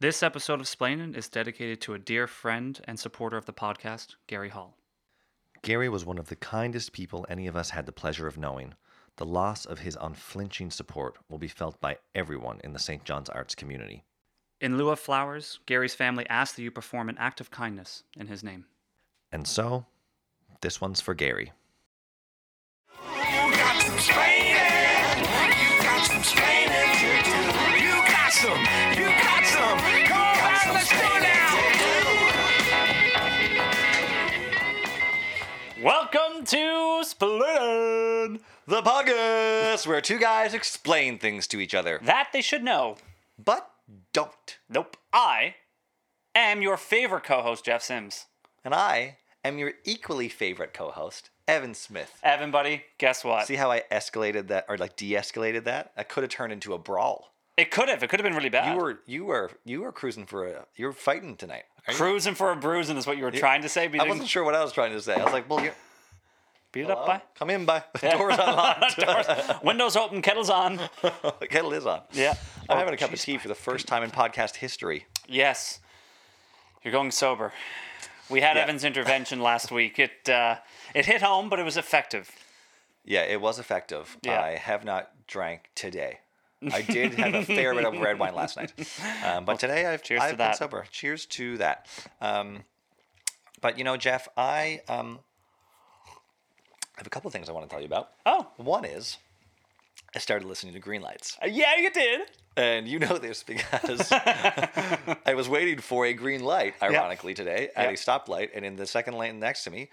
This episode of Splainin' is dedicated to a dear friend and supporter of the podcast, Gary Hall. Gary was one of the kindest people any of us had the pleasure of knowing. The loss of his unflinching support will be felt by everyone in the St. John's Arts community. In lieu of flowers, Gary's family asked that you perform an act of kindness in his name. And so, this one's for Gary. You got some explaining. You got some explaining to do. You got some. You got some. Come on, let's go now. Welcome to Splainin'! The podcast where two guys explain things to each other, That they should know. but don't. Nope. I am your favorite co host, Jeff Sims. And I am your equally favorite co host, Evan Smith. Evan, buddy, guess what? See how I escalated that, or like de escalated that? That could have turned into a brawl. it could have. It could have been really bad. You were, you were, you were cruising for a, you were fighting tonight. Are you- cruising for a bruising, is what you were trying to say. But you I wasn't didn't sure what I was trying to say. I was like, well, you're, beat it up by. come in, bye. The door's unlocked. Windows open, kettle's on. the kettle is on. Yeah. I'm Oh, having a cup jeez, of tea for the first time in podcast history. Yes. You're going sober. We had Yeah. Evan's intervention last week. It uh, it hit home, but it was effective. Yeah, it was effective. Yeah. I have not drank today. I did have a fair bit of red wine last night, um, but today I've, cheers to I've been that. sober. Cheers to that. Um, but you know, Jeff, I um, have a couple of things I want to tell you about. Oh. One is I started listening to Green Lights. Yeah, you did. And you know this because I was waiting for a green light, ironically, today at Yeah. a stoplight. And in the second lane next to me,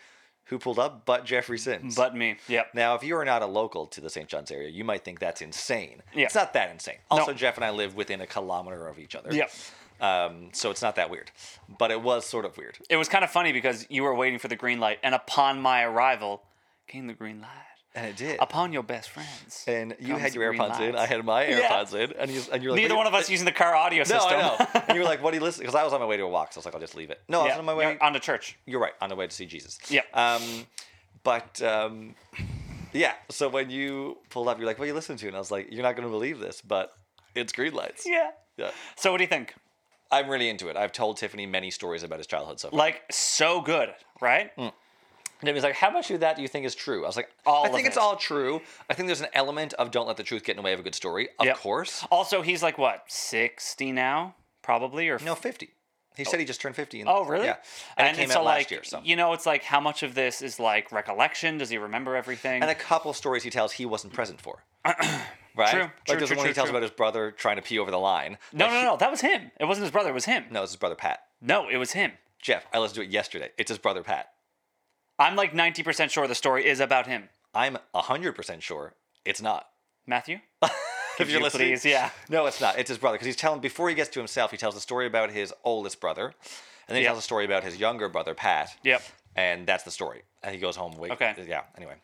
who pulled up but Jeffrey Sims. But me. Yep. now, if you are not a local to the St. John's area, you might think that's insane. Yeah. It's not that insane. Also, Jeff and I live within a kilometer of each other. Yep. Um, so it's not that weird. But it was sort of weird. It was kind of funny because you were waiting for the green light, and upon my arrival came the green light. And it did. Upon your best friends. and you comes had the your green AirPods in. light. I had my Yeah. AirPods in. And, you, and you're like, Neither one of us using the car audio No, system. I know. and you were like, what are you listening? Because I was on my way to a walk, so I was like, I'll just leave it. No, I was yeah, on my way. you're on to church. You're right, on the way to see Jesus. Yep. Um, but um, yeah, so when you pulled up, you're like, "What are you listening to?" And I was like, "You're not going to believe this, but it's Green Lights." Yeah. Yeah. So what do you think? I'm really into it. I've told Tiffany many stories about his childhood so far. Like so good, right? Mm. Tiffany's like, "How much of that do you think is true?" I was like, All "I of think it's it. all true. I think there's an element of don't let the truth get in the way of a good story, of Yep. course." Also, he's like what sixty now, probably or No, 50. He said he just turned 50. And, Oh, really? Yeah. And, it came so, out last like, year. So. You know, it's like how much of this is like recollection? Does he remember everything? and a couple stories he tells he wasn't present for. right? True, Like true, there's true, one true, he tells true. about his brother trying to pee over the line. no, Like, no, he- no. That was him. It wasn't his brother. It was him. No, it's his brother Pat. No, it was him. Jeff, I listened to it yesterday. It's his brother Pat. I'm like 90% sure the story is about him. I'm 100% sure it's not. Matthew? If you please, yeah. No, it's not. It's his brother because he's telling before he gets to himself, he tells a story about his oldest brother, and then he Yep. tells a story about his younger brother Pat. Yep. And that's the story. And he goes home. Wait, Okay. Yeah. Anyway,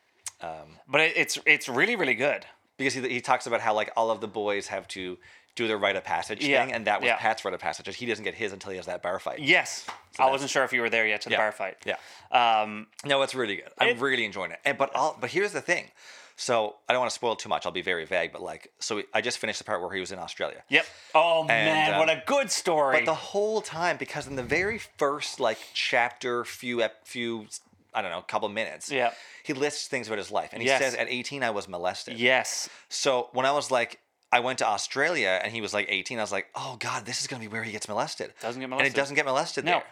But it, it's it's really really good. because he, he talks about how like all of the boys have to do their rite of passage Yeah, thing, and that was yeah. Pat's rite of passage. He doesn't get his until he has that bar fight. Yes. I wasn't sure if you were there yet to the Yeah. bar fight. Yeah. Um, No, it's really good. I'm really enjoying it. And, but all, but here's the thing. So I don't want to spoil too much. I'll be very vague. But like, so I just finished the part where he was in Australia. yep. Oh man, um, what a good story. But the whole time, because in the very first like chapter, few ep- few, I don't know, couple minutes. Yeah. He lists things about his life, and he Yes. says at 18 I was molested. yes. So when I was like, I went to Australia, and he was like 18. I was like, oh god, this is gonna be where he gets molested. Doesn't get And molested. it doesn't get molested No. there.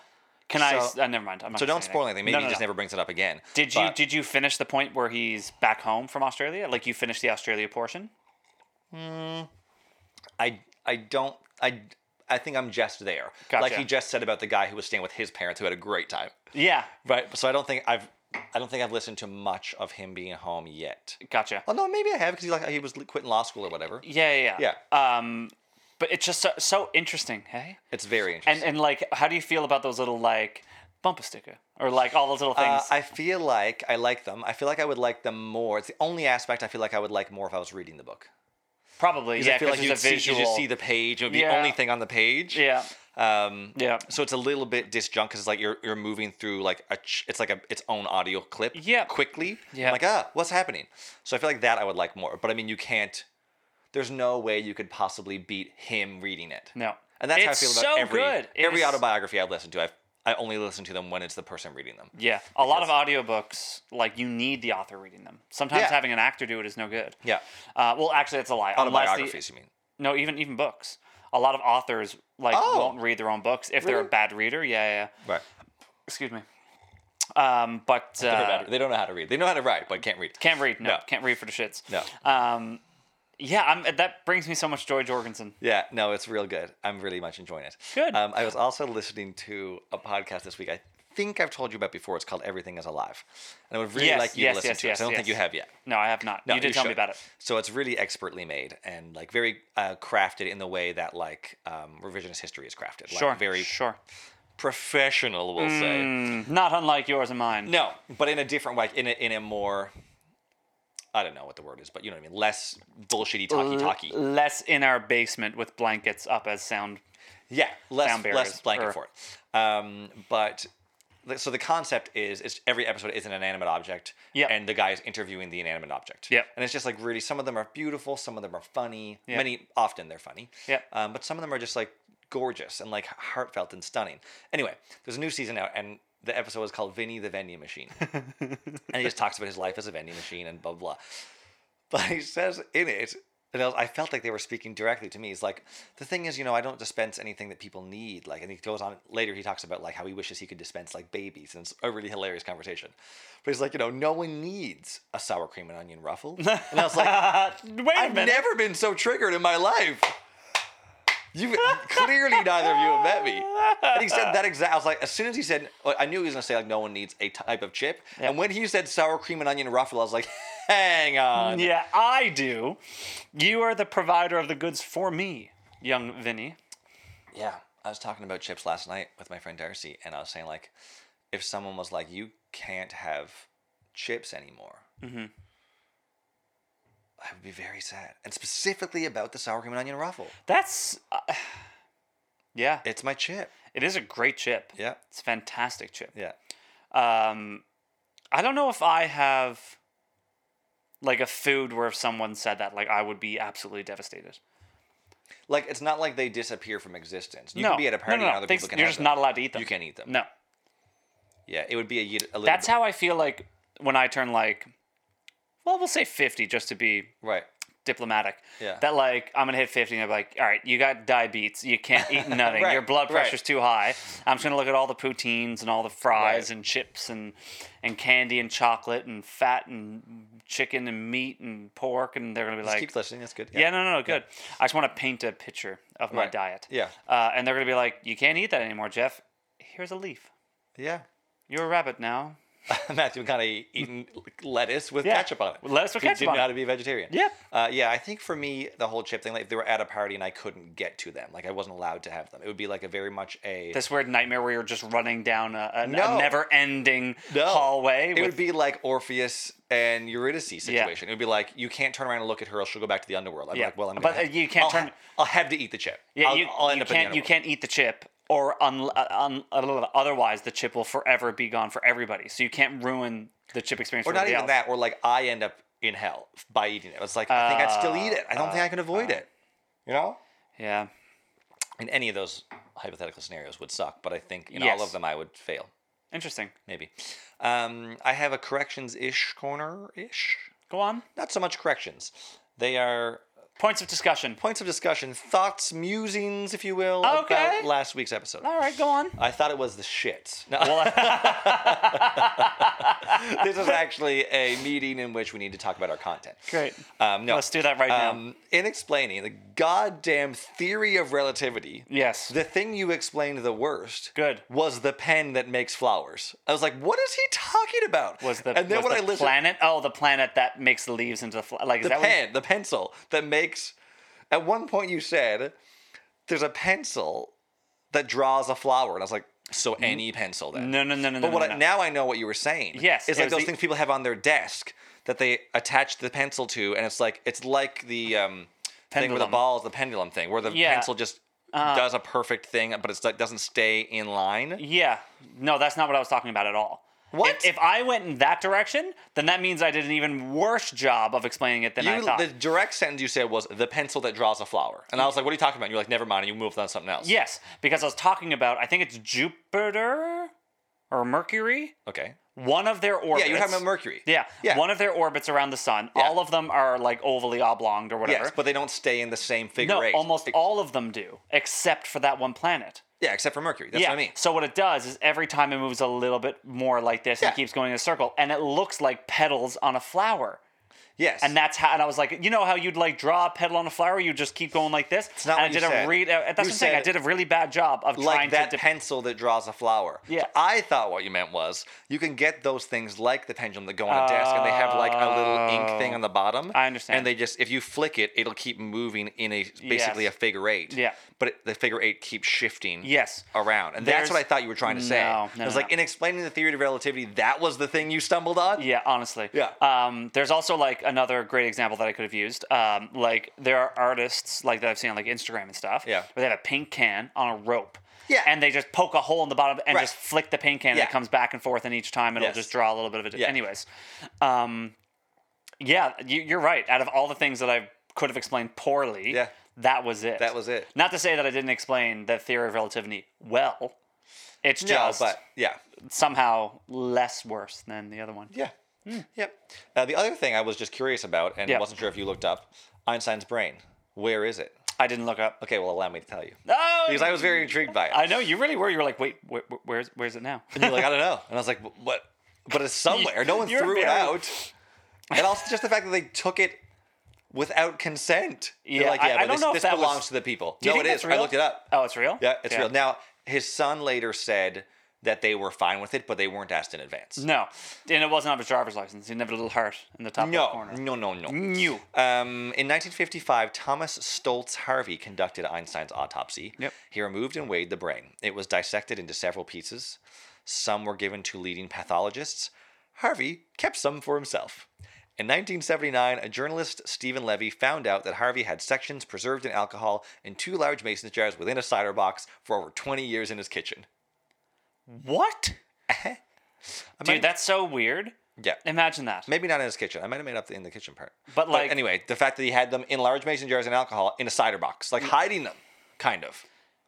Can I So- s- uh, never mind. I'm not So gonna don't say spoil anything. Maybe No, he no, just no. never brings it up again. Did you But- did you finish the point where he's back home from Australia? Like you finished the Australia portion? I I don't I I think I'm just there. Like Gotcha. he just said about the guy who was staying with his parents who had a great time. Yeah. Right. So I don't think I've I don't think I've listened to much of him being home yet. Gotcha. Oh no, maybe I have because he like he was quitting law school or whatever. Yeah, yeah, yeah. Um, but it's just so, so interesting, hey? It's very interesting. And and like, how do you feel about those little like bumper sticker or like all those little Uh, things? I feel like I like them. I feel like I would like them more. It's the only aspect I feel like I would like more if I was reading the book. Probably, 'Cause yeah. I feel 'cause like you'd it's a see, you visual. just see the page. It would be Yeah. the only thing on the page. yeah, Um, yeah, So it's a little bit disjunct because it's like you're you're moving through like a ch- it's like a its own audio clip. Yep. Quickly. Yep. Like ah, what's happening? So I feel like that I would like more, but I mean you can't. There's no way you could possibly beat him reading it. no. And that's how I It's feel about so every good. It every is- autobiography I've listened to. I've I only listen to them when it's the person reading them. Yeah, a lot of audiobooks like you need the author reading them. Sometimes Yeah. having an actor do it is no good. Yeah. Uh, well, actually, that's a lie. Unless the- Autobiographies, you mean? no, even even books. A lot of authors like Oh. won't read their own books if they're a Really? bad reader. Yeah, yeah. yeah. Right. Excuse me. Um, but They're uh, bad- they don't know how to read. They know how to write, but can't read. can't read. No, No. can't read for the shits. No. Um, yeah, I'm, that brings me so much joy, Jorgensen. Yeah, no, it's real good. I'm really much enjoying it. Good. Um, I was also listening to a podcast this week. I think I've told you about before. It's called Everything Is Alive, and I would really Yes, like you yes, to listen yes, to it. 'cause I yes, don't think you yes. have yet. No, I have not. No, you did tell me should. about it. So it's really expertly made and like very uh, crafted in the way that like um, revisionist history is crafted. Like, Sure. Mm. Very sure. professional, we'll say. Not unlike yours and mine. No, but in a different way, in a, in a more. I don't know what the word is, but you know what I mean. Less bullshitty talky talky. L- less in our basement with blankets up as sound. Yeah, less sound less barriers, blanket or- for it. Um, but the- so the concept is is every episode is an inanimate object, Yep. and the guy is interviewing the inanimate object. Yep. and it's just like really some of them are beautiful, some of them are funny. Yep. Many often they're funny. Yep. um, but some of them are just like gorgeous and like heartfelt and stunning. Anyway, there's a new season out, and the episode is called Vinny the Vending Machine, and he just talks about his life as a vending machine and blah blah. But he says in it, and I, was- I felt like they were speaking directly to me. He's like, the thing is, you know, I don't dispense anything that people need. Like, and he goes on later. He talks about like how he wishes he could dispense like babies, and it's a really hilarious conversation. But he's like, you know, no one needs a sour cream and onion ruffle. And I was like, Wait a I've minute. never been so triggered in my life. You clearly neither of you have met me. And he said that exact. I was like, as soon as he said, well, I knew he was gonna say like no one needs a type of chip. And when he said sour cream and onion ruffle, I was like, hang on. yeah, I do. You are the provider of the goods for me, young Vinny. Yeah, I was talking about chips last night with my friend Darcy, and I was saying like, if someone was like, "You can't have chips anymore," mm-hmm. I would be very sad, and specifically about the sour cream and onion ruffle. That's. Uh, yeah, It's my chip. it is a great chip. Yeah, It's a fantastic chip. yeah. Um, I don't know if I have like a food where if someone said that, like I would be absolutely devastated. Like it's not like they disappear from existence. You no, can be at a no, party no, no. and other They- people can. You're have just them. not allowed to eat them. You can't eat them. No, Yeah, it would be a, ye- a little. that's bit- how I feel like when I turn like, well, we'll say fifty just to be Right. diplomatic. Yeah. That like I'm gonna hit fifty and I'm like, all right, you got diabetes, you can't eat nothing, Right, your blood right. pressure's too high. I'm just gonna look at all the poutines and all the fries Right. and chips and and candy and chocolate and fat and chicken and meat and pork and they're gonna be Just like, keep listening. That's good. yeah, no, no, no, good. I just want to paint a picture of my Right. diet. Yeah. Uh, and they're gonna be like, you can't eat that anymore, Jeff. Here's a leaf. Yeah. You're a rabbit now. Matthew McConaughey eating lettuce with Yeah, ketchup on it. lettuce with He ketchup didn't on know how it. to be a vegetarian. Yep. Uh, yeah, I think for me, the whole chip thing, like if they were at a party and I couldn't get to them, like I wasn't allowed to have them, it would be like a very much a. This weird nightmare where you're just running down a, a, No. a never-ending No. hallway. It with would be like Orpheus and Eurydice situation. It would be like you can't turn around and look at her; or she'll go back to the underworld. I'd be Yeah, like, well, I'm. but, gonna uh, have- you can't I'll turn- ha- I'll have to eat the chip. Yeah, I'll, you, I'll end you up in the can't you underworld. can't eat the chip or un, uh, un, un, otherwise the chip will forever be gone for everybody. So you can't ruin the chip experience. or for not everybody even else. that, or like I end up in hell by eating it. It's like I think I'd still eat it. I don't think I can avoid it. You know, Yeah, Uh, and any of those hypothetical scenarios would suck. But I think in all Yes. of them, I would fail. interesting. Maybe. Um, I have a corrections ish corner ish. Go on. Not so much corrections. They are Points of discussion. points of discussion, thoughts, musings, if you will, Okay. about last week's episode. All right, go on. I thought it was the shits. No. this is actually a meeting in which we need to talk about our content. Great. Um, no. Let's do that right now. um, in explaining the goddamn theory of relativity, Yes. the thing you explained the worst Good. was the pen that makes flowers. I was like, what is he talking about? was the and then was when the I listened, planet? Oh, the planet that makes the leaves into the fl- like is the that what- pen, the pencil that makes. At one point, you said there's a pencil that draws a flower, and I was like, so any pencil then? No, no, no, no. But no, what no, I, no. now I know what you were saying. Yes, it's it like was those the- things people have on their desk that they attach the pencil to, and it's like it's like the um, thing where the Pendulum. ball is the pendulum thing, where the Yeah. Uh-huh. pencil just does a perfect thing, but it's like doesn't stay in line. Yeah, no, that's not what I was talking about at all. What? If, if I went in that direction, then that means I did an even worse job of explaining it than I You, thought. the direct sentence you said was the pencil that draws a flower, and I was like, "What are you talking about?" And you're like, "Never mind," and you moved on to something else. yes, because I was talking about, I think it's Jupiter or Mercury, Okay. one of their orbits. Yeah, you're talking about Mercury. Yeah, Yeah. one of their orbits around the sun. Yeah. All of them are like ovally oblong or whatever. Yes, but they don't stay in the same figure no, eight. almost Ex- all of them do, except for that one planet. Yeah, except for Mercury. That's yeah. what I mean. So what it does is every time it moves a little bit more like this, Yeah. it keeps going in a circle, and it looks like petals on a flower. Yes. And that's how. And I was like, you know how you'd like draw a petal on a flower, you just keep going like this. not and what I you did said. a read. Uh, that's You what I'm saying. I said did a really bad job of trying like that to. de- pencil that draws a flower. Yeah. So I thought what you meant was you can get those things like the pendulum that go on a desk and they have like a little ink thing on the bottom. Oh, I understand. And they just if you flick it, it'll keep moving in a basically Yes. a figure eight. Yeah. But it, the figure eight keeps shifting. Yes. Around, and that's There's- what I thought you were trying to say. No, no, it was no, like no. in explaining the theory of relativity, that was the thing you stumbled on. Yeah, honestly. Yeah. Um, there's also like another great example that I could have used. Um, like there are artists like that I've seen on like Instagram and stuff. Yeah. Where they have a paint can on a rope. Yeah. And they just poke a hole in the bottom and Right. just flick the paint can. And Yeah. it comes back and forth, and each time it'll Yes. just draw a little bit of it. Yeah. Anyways. Um, yeah, you, you're right. Out of all the things that I could have explained poorly, Yeah. that was it. That was it. Not to say that I didn't explain the theory of relativity well. It's No, just but yeah. somehow less worse than the other one. Yeah. Yep. Uh, the other thing I was just curious about and Hmm. Yeah. wasn't sure if you looked up Einstein's brain. Where is it? I didn't look up. Okay, well, allow me to tell you. Oh, Because I was very intrigued by it. I know you really were. You were like, wait, where, where- where's where's it now? And you're like, I don't know. And I was like, "Wh- what? But it's somewhere. No one You're threw it very- out. And also just the fact that they took it without consent. They're Yeah, like, I- yeah, I but don't this, know if this that was- belongs to the people. Do you no, think it that's is. I real? looked it up. Oh, it's real. Yeah, it's real. Now, his son later said that they were fine with it, but they weren't asked in advance. no, and it wasn't on his driver's license. He never a little heart in the top left No, corner. no, no, no. New. Um, in 1955, Thomas Stoltz Harvey conducted Einstein's autopsy. Yep. He removed and weighed the brain. It was dissected into several pieces. Some were given to leading pathologists. Harvey kept some for himself. In 1979, a journalist, Stephen Levy, found out that Harvey had sections preserved in alcohol in two large mason jars within a cider box for over 20 years in his kitchen. What? Dude, that's so weird. Yeah. Imagine that. Maybe not in his kitchen. I might have made up the in the kitchen part. But, like- anyway, the fact that he had them in large mason jars and alcohol in a cider box, Mm. like hiding them, kind of.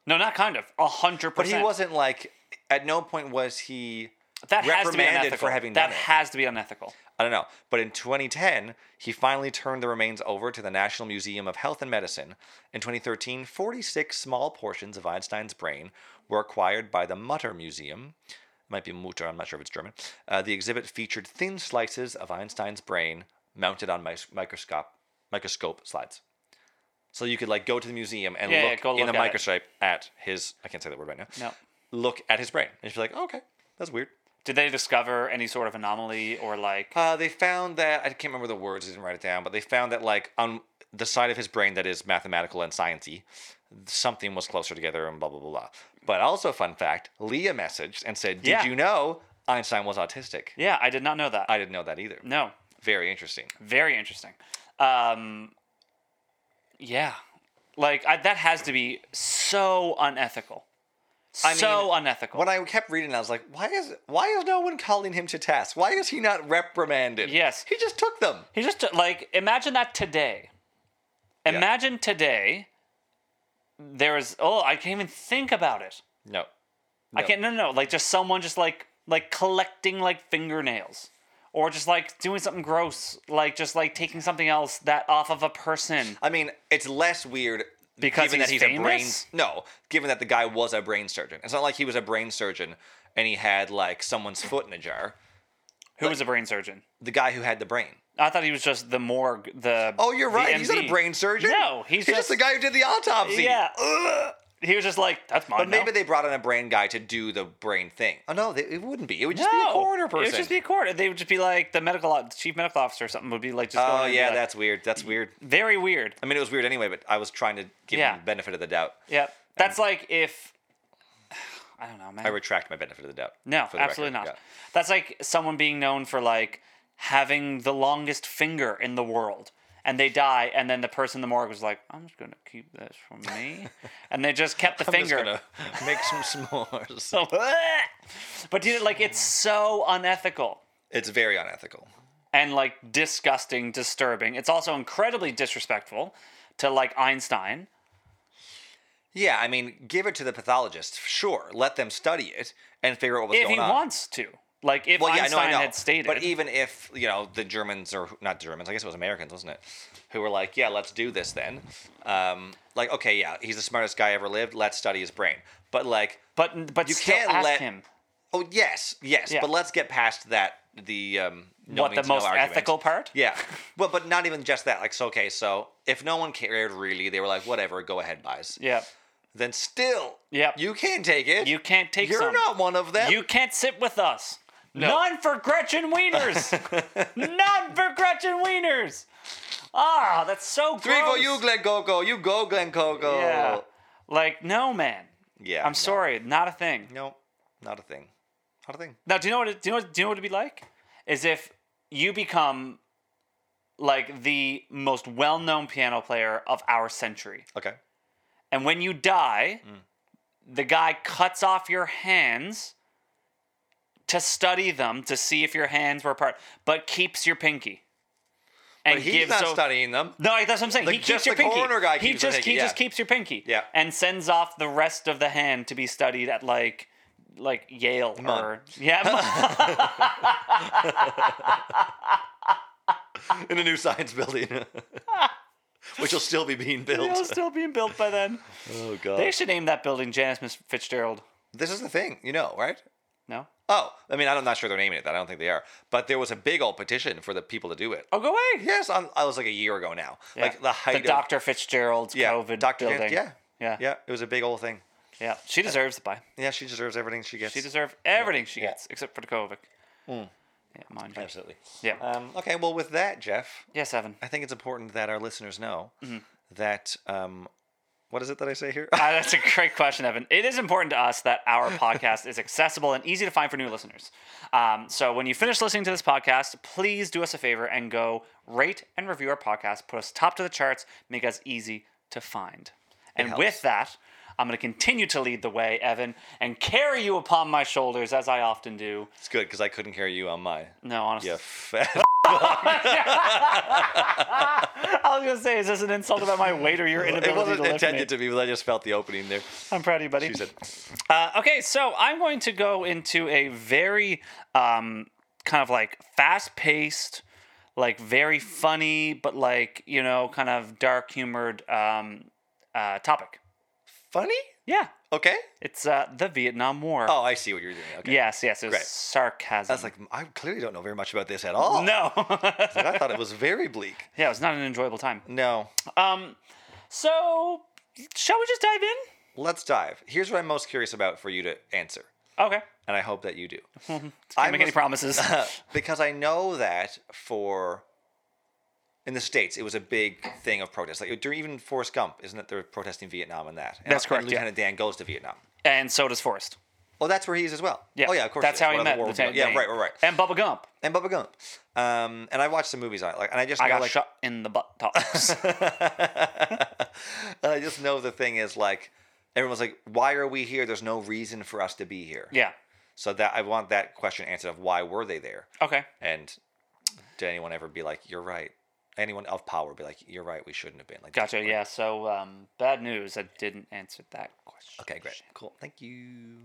No, not kind of. A hundred But percent. he wasn't like. At no point was he. That has to be reprimanded unethical. for having that done it. has to be unethical. I don't know. But in 2010, he finally turned the remains over to the National Museum of Health and Medicine. In 2013, 46 small portions of Einstein's brain were acquired by the Mutter Museum. It might be Mutter, I'm not sure if it's German. Uh, the exhibit featured thin slices of Einstein's brain mounted on mis- microscope microscope slides. So you could like go to the museum and Yeah, yeah, look go look in a at it. microscope at his I can't say that word right now. No. Look at his brain. And you'd be like, oh, okay, that's weird. Did they discover any sort of anomaly or like? Uh, they found that I can't remember the words. I didn't write it down, but they found that like on the side of his brain that is mathematical and sciencey, something was closer together and blah blah blah. blah. But also, fun fact: Leah messaged and said, "Did Yeah. you know Einstein was autistic?" yeah, I did not know that. I didn't know that either. no, Very interesting. Very interesting. Um, yeah, like I, that has to be so unethical. I mean, so unethical. When I kept reading, I was like, "Why is why is no one calling him to task? Why is he not reprimanded?" Yes. he just took them. he just like imagine that today. Imagine today. There is oh I can't even think about it. No, I can't no no no like just someone just like like collecting like fingernails or just like doing something gross like just like taking something else that off of a person. I mean, it's less weird Because given that he's he's a brain. famous? No, given that the guy was a brain surgeon. It's not like he was a brain surgeon and he had like someone's foot in a jar. Who was a brain surgeon? The guy who had the brain. I thought he was just the morgue. The Oh, you're the right. He's not a MD. brain surgeon. No, he's, just, the guy who did the autopsy. Yeah. Ugh. He was just like that's mine. But maybe now. they brought in a brain guy to do the brain thing. Oh no, they, it wouldn't be. It would just no, be a coroner person. It would just be a coroner. They would just be like the medical o- the chief medical officer or something would be like just. going in oh and be yeah, like, that's weird. That's weird. very weird. I mean, it was weird anyway, but I was trying to give Yeah. him the benefit of the doubt. Yep, that's like if I don't know, man. I retract my benefit of the doubt. no, for the absolutely record. not. Yeah. That's like someone being known for like having the longest finger in the world. and they die, and then the person in the morgue was like, "I'm just gonna keep this for me," and they just kept the I'm finger. Oh, just gonna make some s'mores. but dude, like it's so unethical It's very unethical. and like disgusting, disturbing. It's also incredibly disrespectful to like Einstein. Yeah, I mean, give it to the pathologist. Sure, let them study it and figure out what was if going he on. wants to. Like if well, yeah, I know, Einstein I know. had stated, But e- even if you know the Germans or not Germans, I guess it was Americans, wasn't it? Who were like, yeah, let's do this then. Um, like, okay, yeah, he's the smartest guy ever lived. Let's study his brain. But like, but but you still can't ask let- him oh yes, yes. Yeah. But let's get past that. The um, no what the means no most argument. ethical part. Yeah, well, but not even just that. Like, so okay, so if no one cared really, they were like, whatever, go ahead, buys. Yeah. Then still, Yep. you can't take it. You can't take You're some. not one of them. You can't sit with us. No. None for Gretchen Wieners. None for Gretchen Wieners. Ah, that's so Three gross. for you, Glen Coco. You go, Glen Coco. Yeah. Like no man. Yeah, I'm no. sorry, not a thing. No, not a thing. Not a thing. Now, do you know what? It, do you know? what- Do you know what it'd be like? Is if you become like the most well-known piano player of our century, Okay. and when you die, Mm. the guy cuts off your hands to study them to see if your hands were apart, but keeps your pinky. And But he's not o- studying them. No, like, that's what I'm saying. Like, he keeps just your the pinky. corner guy he keeps the just pinky, he yeah. just keeps your pinky. Yeah. And sends off the rest of the hand to be studied at like like Yale Mun. or yeah. Mun. In a new science building. Which will still be being It'll built. still being built by then. Oh, God. They should name that building Janice Miss Fitzgerald. this is the thing, you know, right? No. Oh, I mean, I'm not sure they're naming it that. I don't think they are. But there was a big old petition for the people to do it. Oh, go away. Yes, on, I was like a year ago now. Like the height of. Dr. Fitzgerald's Yeah, COVID Dr. Jan- building. yeah. Yeah. Yeah, it was a big old thing. Yeah. She deserves the bye. Yeah, she deserves everything she gets. She deserves everything she Yeah. Hmm. gets except for the COVID. Yeah, mind you. Absolutely. Yeah. Um, okay, well, with that, Jeff, yes, Evan. I think it's important that our listeners know Mm-hmm. that um, what is it that I say here? Uh, that's a great question, Evan. It is important to us that our podcast is accessible and easy to find for new listeners. Um, so when you finish listening to this podcast, please do us a favor and go rate and review our podcast, put us top to the charts, make us easy to find. And helps. with that, I'm going to continue to lead the way, Evan, and carry you upon my shoulders as I often do. It's good because I couldn't carry you on my. No, honestly. Yeah, fat. I was going to say, is this an insult about my weight or your inability it wasn't to lift me? intended to be, but I just felt the opening there. I'm proud of you, buddy. She said, Uh, okay, so I'm going to go into a very um, kind of like fast paced, like very funny, but like, you know, kind of dark humored um, uh, topic. "Funny? Yeah. Okay. It's uh, the Vietnam War. Oh, I see what you're doing. Okay. Yes, yes. It was Great. sarcasm. I was like, I clearly don't know very much about this at all. no. Like, I thought it was very bleak. yeah, it was not an enjoyable time. No. Um, so, shall we just dive in? Let's dive. Here's what I'm most curious about for you to answer, Okay. and I hope that you do. Can't make must- any promises. because I know that for in the states, it was a big thing of protest. Like during even Forrest Gump, isn't it? They're protesting Vietnam and that. And- That's correct, And yeah. Lieutenant Dan goes to Vietnam. and so does Forrest. Oh, that's where he is as well. Yeah. Oh yeah, of course. That's it is. how he One of the met war- Lieutenant Yeah, Dan. right, right, right. And Bubba Gump. And Bubba Gump. Um, and I watched some movies on it. Like, and I just I know, got like, shot in the butt tops. and I just know the thing is like, everyone's like, why are we here? There's no reason for us to be here. yeah. So that I want that question answered of why were they there? Okay. And did anyone ever be like, you're right? Anyone of power be like, you're right, we shouldn't have been like Gotcha. Yeah. So, um, bad news. I didn't answer that question. Okay, great. Cool. Thank you.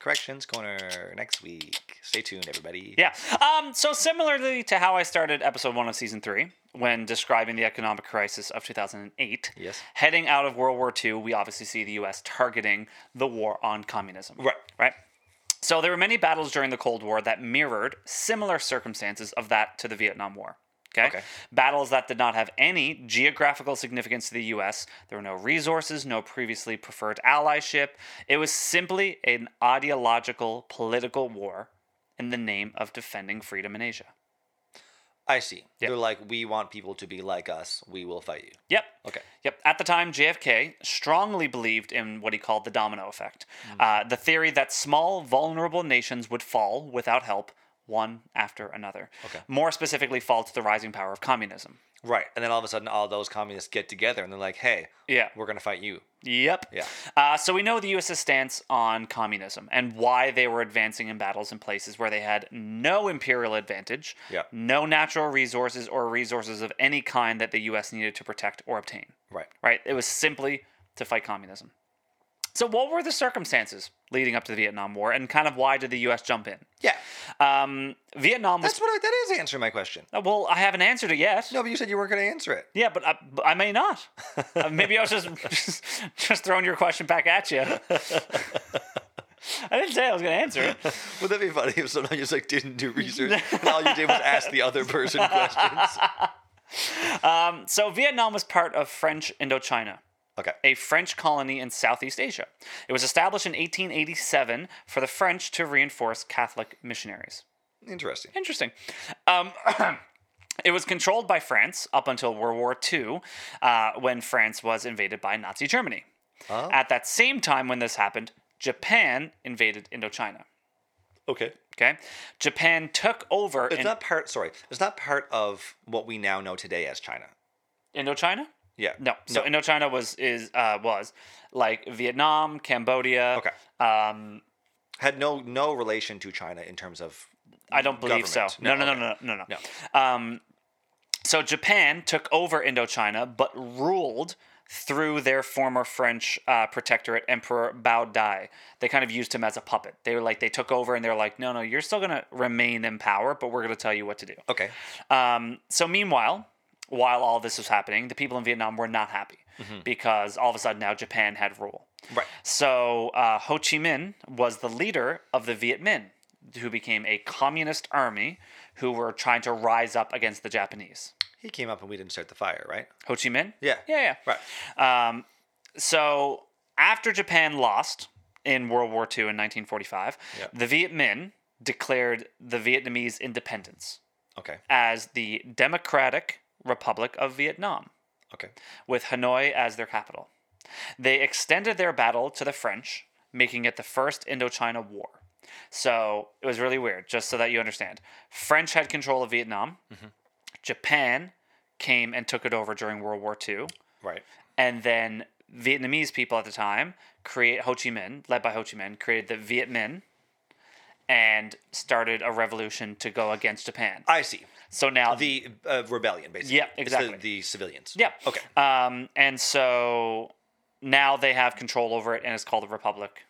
Corrections corner next week. Stay tuned, everybody. Yeah. Um, so, similarly to how I started episode one of season three, when describing the economic crisis of 2008, Yes. heading out of World War II, we obviously see the U.S. targeting the war on communism. Right. Right. So, there were many battles during the Cold War that mirrored similar circumstances of that to the Vietnam War. Okay? Okay. Battles that did not have any geographical significance to the US. There were no resources, no previously preferred allyship. It was simply an ideological political war in the name of defending freedom in Asia. I see. Yeah. They're like, we want people to be like us. We will fight you. Yep. Okay. Yep. At the time, JFK strongly believed in what he called Hmm. the domino effect, uh, the theory that small, vulnerable nations would fall without help one after another. Okay. More specifically, fall to the rising power of communism. Right. And then all of a sudden, all those communists get together and they're like, hey, Yeah. we're going to fight you. Yep. Yeah. Uh, so we know the U.S.'s stance on communism and why they were advancing in battles in places where they had no imperial advantage, Yeah. no natural resources or resources of any kind that the U.S. needed to protect or obtain. Right. Right? It was simply to fight communism. So what were the circumstances leading up to the Vietnam War, and kind of why did the U.S. jump in? Yeah. Um, Vietnam was That's what I, that is answering my question. Uh, well. I haven't answered it yet. No, but you said you weren't going to answer it. Yeah, but I, but I may not. Uh, maybe I was just, just just throwing your question back at you. I didn't say I was going to answer it. Would that be funny if somehow you just like didn't do research and all you did was ask the other person questions? So Vietnam was part of French Indochina, Okay. a French colony in Southeast Asia. It was established in 1887 for the French to reinforce Catholic missionaries. Interesting. Interesting. Um, it was controlled by France up until World War II, uh, when France was invaded by Nazi Germany. Oh. At that same time, when this happened, Japan invaded Indochina. Okay. Okay, Japan took over It's in not part, sorry, it's not part of what we now know today as China. Indochina. Yeah. No, so Indochina was is uh, was like Vietnam, Cambodia. Okay. Um, Had no no relation to China in terms of. I don't believe so. No, no, Government. No, no, no, no, no, no. Um, so Japan took over Indochina, but ruled through their former French uh, protectorate, Emperor Bao Dai. They kind of used him as a puppet. They were like, they took over and they're like, no, no, you're still going to remain in power, but we're going to tell you what to do. Okay. Um, so meanwhile, while all this was happening, the people in Vietnam were not happy because all of a sudden now Japan had rule. Right. So uh, Ho Chi Minh was the leader of the Viet Minh, who became a communist army who were trying to rise up against the Japanese. He came up and we didn't start the fire, right? Ho Chi Minh? Yeah. Yeah, yeah. Right. Um, so after Japan lost in World War II in 1945, Yeah. the Viet Minh declared the Vietnamese independence Okay. as the Democratic Republic of Vietnam, Okay. with Hanoi as their capital. They extended their battle to the French, making it the First Indochina War. So it was really weird, just so that you understand. French had control of Vietnam, Japan came and took it over during World War II, Right. and then Vietnamese people at the time create Ho Chi Minh, led by Ho Chi Minh, created the Viet Minh and started a revolution to go against Japan. I see. So now The uh, rebellion, basically. Uh, Yeah, It's the- exactly. The, civilians. Yeah. Okay. Um, and so now they have control over it, and it's called the Republic.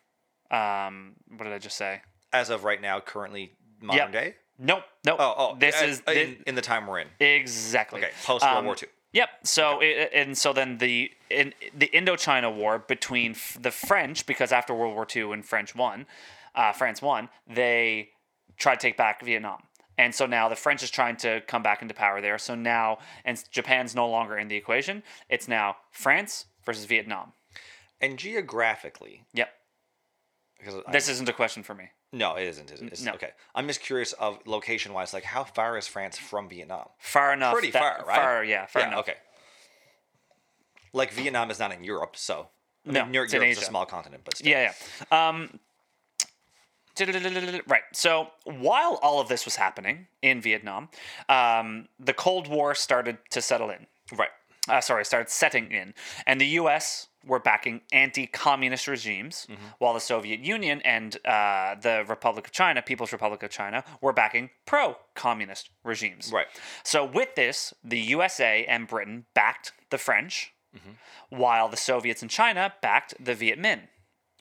Um, what did I just say? As of right now, currently modern day. Nope. Nope. Oh, oh. this uh, is in, thi- in the time we're in. exactly Okay. Post World Um, War II. Yep. So it, and so then the in the Indochina War between f- the French, because after World War II and French won, uh, France won, they tried to take back Vietnam. And so now the French is trying to come back into power there. So now, and Japan's no longer in the equation. It's now France versus Vietnam. And geographically, Yep. because I- This isn't a question for me. no, it isn't. It is no. okay. I'm just curious of location wise, like how far is France from Vietnam? Far enough. Pretty that- far, right? Far, yeah. Far yeah. enough. Okay. Like Vietnam is not in Europe, so I No, mean, Europe it's in Europe's a Asia. small continent, but still. Yeah, yeah. Um, right. So while all of this was happening in Vietnam, um, the Cold War started to settle in. Right. Uh, sorry, started setting in, and the U.S. were backing anti-communist regimes, while the Soviet Union and uh, the Republic of China, People's Republic of China, were backing pro-communist regimes. Right. So with this, the USA and Britain backed the French, while the Soviets and China backed the Viet Minh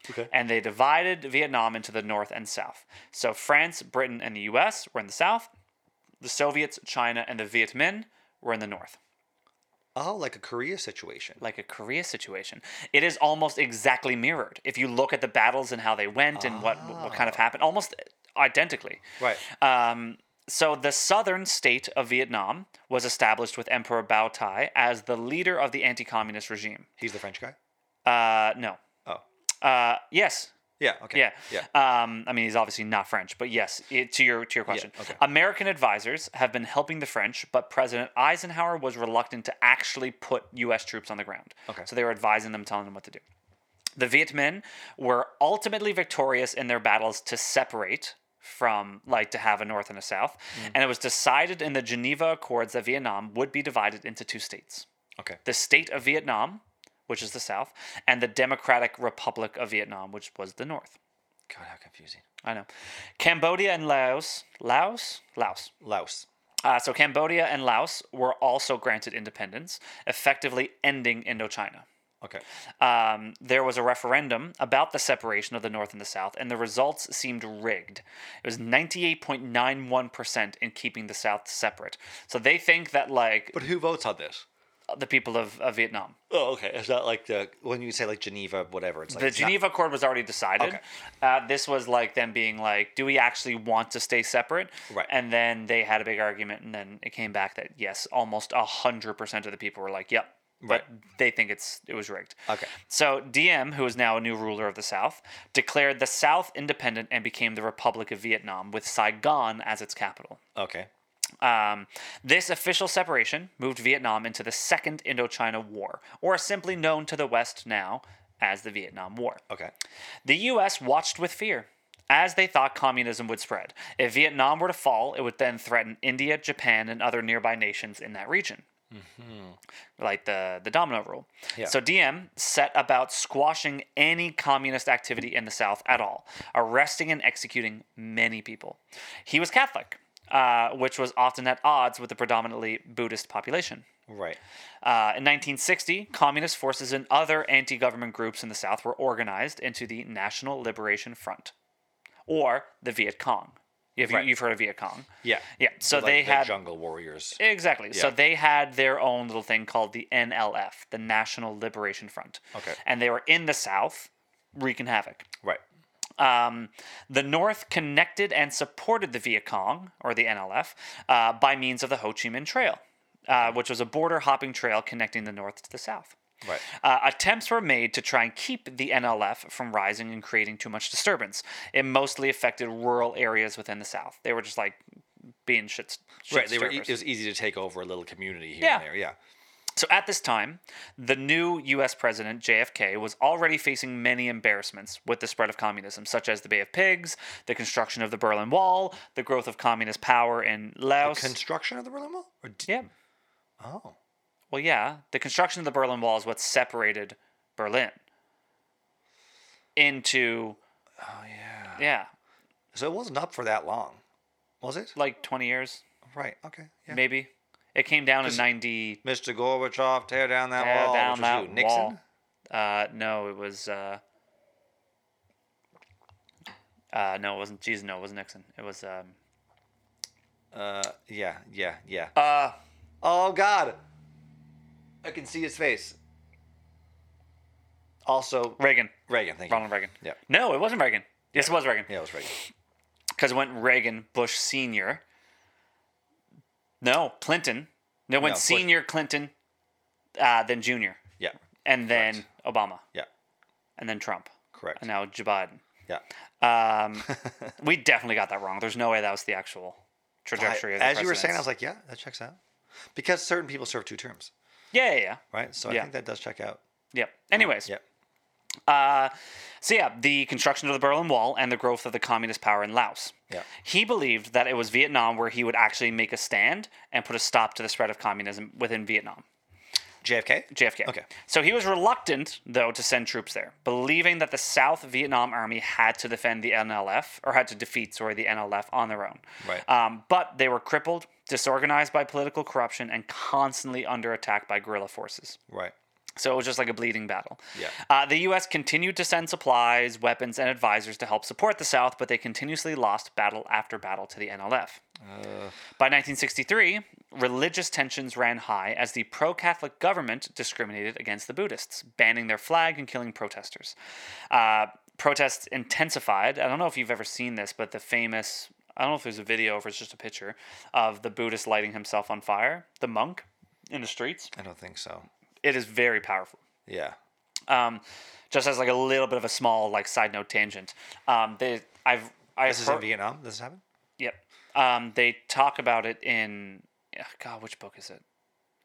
Okay. and they divided Vietnam into the North and South. So France, Britain, and the US were in the South. The Soviets, China, and the Viet Minh were in the North, Oh, like a Korea situation. like a Korea situation. It is almost exactly mirrored. If you look at the battles and how they went and what, what kind of happened, almost identically. Right. Um, so the southern state of Vietnam was established with Emperor Bao Tai as the leader of the anti-communist regime. He's the French guy. Uh, no. Oh. Uh, yes, Yeah. Okay. Yeah. Yeah. Uh, Um, I mean, he's obviously not French, but yes, it, to your to your question, okay. American advisors have been helping the French, but President Eisenhower was reluctant to actually put U.S. troops on the ground. Okay. So they were advising them, telling them what to do. The Viet Minh were ultimately victorious in their battles to separate from like to have a north and a south, Mm. and it was decided in the Geneva Accords that Vietnam would be divided into two states: Okay. the state of Vietnam, which is the south, and the Democratic Republic of Vietnam, which was the north. God, how confusing. I know. Cambodia and Laos, Laos, Laos. Laos. Uh, so Cambodia and Laos were also granted independence, effectively ending Indochina. Okay. Um, there was a referendum about the separation of the North and the South, and the results seemed rigged. It was 98.91% in keeping the South separate. So they think that, like, But who votes on this? the people of, of Vietnam. Oh, okay. It's not like the when you say like Geneva, whatever. It's like The it's not- Geneva Accord was already decided. Okay. Uh, this was like them being like, do we actually want to stay separate? Right. And then they had a big argument, and then it came back that yes, almost hundred percent of the people were like, yep. But they think it's it was rigged. Okay. So Diem, who is now a new ruler of the South, declared the South independent and became the Republic of Vietnam with Saigon as its capital. okay. Um, this official separation moved Vietnam into the Second Indochina War, or simply known to the West now as the Vietnam War. Okay. The US watched with fear, as they thought communism would spread. If Vietnam were to fall, it would then threaten India, Japan, and other nearby nations in that region. Like the, the domino rule. Yeah. So DM set about squashing any communist activity in the South at all, arresting and executing many people. He was Catholic, uh, which was often at odds with the predominantly Buddhist population. Right. Uh, in 1960, communist forces and other anti government groups in the South were organized into the National Liberation Front, or the Viet Cong. If you, Right. You've heard of Viet Cong. Yeah. Yeah. So Like they the had. jungle warriors. Exactly. So Yeah. they had their own little thing called the NLF, the National Liberation Front. Okay. And they were in the South wreaking havoc. right. Um, the North connected and supported the Viet Cong, or the NLF, uh, by means of the Ho Chi Minh Trail, uh, which was a border hopping trail connecting the North to the South. Right. Uh, attempts were made to try and keep the NLF from rising and creating too much disturbance. It mostly affected rural areas within the South. They were just like being shit. shit Right. They were. e- stirrers. It was easy to take over a little community here Yeah. and there. Yeah. So at this time, the new US president, JFK, was already facing many embarrassments with the spread of communism, such as the Bay of Pigs, the construction of the Berlin Wall, the growth of communist power in Laos. Construction of the Berlin Wall. Or d- yeah. Oh. Well, yeah. The construction of the Berlin Wall is what separated Berlin into, Oh yeah. yeah, So it wasn't up for that long, was it? like 20 years, Right. Okay. Yeah. maybe. It came down in 90. Mr. Gorbachev, tear down that Tear wall. down which that was you. Nixon. wall. Uh, no, it was. Uh, uh, no, it wasn't. Jeez, no, it was Nixon. It was. Um, Uh, yeah, yeah, yeah. Uh, oh God, I can see his face. Also, Reagan. Reagan. Thank Ronald Reagan. Yeah. No, it wasn't Reagan. Yes, it was Reagan. you. Yeah, it was Reagan. Because it went Reagan, Bush Sr. No, Clinton. No, it went No, Bush- Senior Clinton, uh, then Junior, Yeah, and then Obama, yeah, and then Trump, correct. and now Joe Biden. Yeah. Um, we definitely got that wrong. There's no way that was the actual trajectory of the as you were saying, presidents. I was like, yeah, that checks out, because certain people serve two terms, yeah, yeah, yeah. right? So Yeah. I think that does check out. Yep. Anyways, Yeah, Uh, so yeah, the construction of the Berlin Wall and the growth of the communist power in Laos. Yeah. He believed that it was Vietnam where he would actually make a stand and put a stop to the spread of communism within Vietnam. JFK. JFK. Okay. So he was reluctant, though, to send troops there, believing that the South Vietnam Army had to defend the NLF, or had to defeat, sorry, the NLF on their own. Right. Um, but they were crippled, disorganized by political corruption, and constantly under attack by guerrilla forces. right. So it was just like a bleeding battle. Yeah. Uh, the U.S. continued to send supplies, weapons, and advisors to help support the South, but they continuously lost battle after battle to the NLF. By 1963, religious tensions ran high as the pro Catholic government discriminated against the Buddhists, banning their flag and killing protesters. Uh, protests intensified. I don't know if you've ever seen this, but the famous I don't know if there's a video or if it's just a picture of the Buddhist lighting himself on fire, the monk in the streets. I don't think so. It is very powerful Yeah. um, just as like a little bit of a small like side note tangent. Um, they I've I This is in Vietnam. This happened. Yep. Um, they talk about it in ah, God, which book is it?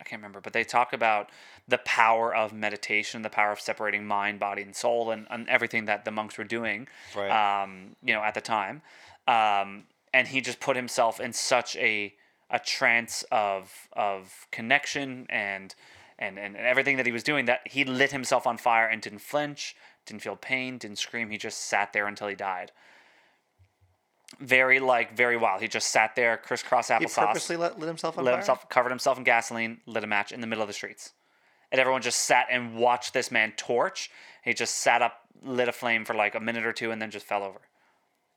I can't remember, but they talk about the power of meditation, the power of separating mind, body, and soul, and, and everything that the monks were doing, Right. um, you know, at the time. Um, and he just put himself in such a a trance of of connection and and, and and everything that he was doing that he lit himself on fire and didn't flinch, didn't feel pain, didn't scream. He just sat there until he died. Very like very wild. He just sat there, crisscross He applesauce purposely let, lit himself on lit fire? himself, covered himself in gasoline, lit a match in the middle of the streets, and everyone just sat and watched this man torch. He just sat up, lit a flame for like a minute or two, and then just fell over.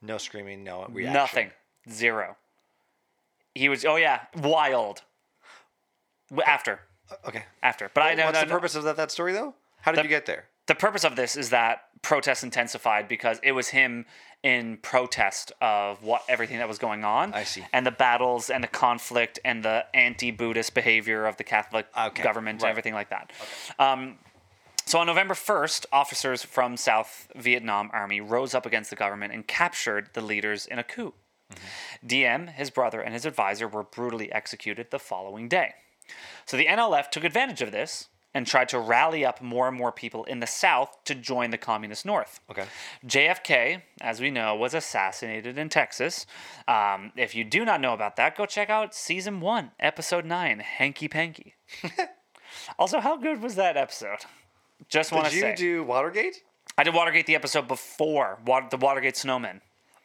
No screaming, no reaction. Nothing, zero. He was oh yeah, wild. W- After, Okay. after, but I know What's no, the no- purpose of that, that story, though? How did you get there? the purpose of this is that protests intensified because it was him in protest of what everything that was going on. I see. And the battles and the conflict and the anti-Buddhist behavior of the Catholic Okay, government right. and everything like that. Um, so on November 1st, officers from South Vietnam Army rose up against the government and captured the leaders in a coup. DM, his brother, and his advisor were brutally executed the following day. So the NLF took advantage of this and tried to rally up more and more people in the South to join the Communist North. Okay. JFK, as we know, was assassinated in Texas. Um, if you do not know about that, go check out season one, episode nine, Hanky Panky. also, how good was that episode? Just want Did to you say, do Watergate? I did Watergate the episode before Water, the Watergate Snowmen.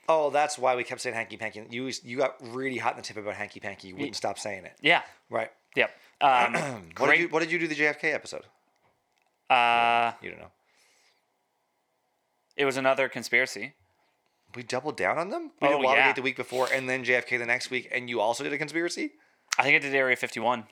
Oh, that's why we kept saying hanky panky. You was- you got really hot in the tip about hanky panky. You wouldn't stop saying it. Yeah, Right. yep. Um, What Great. did you What did you do the JFK episode? uh, You don't know. it was another conspiracy. We doubled down on them. We Oh, did Watergate yeah. the week before, and then JFK the next week, and you also did a conspiracy. I think I did Area 51.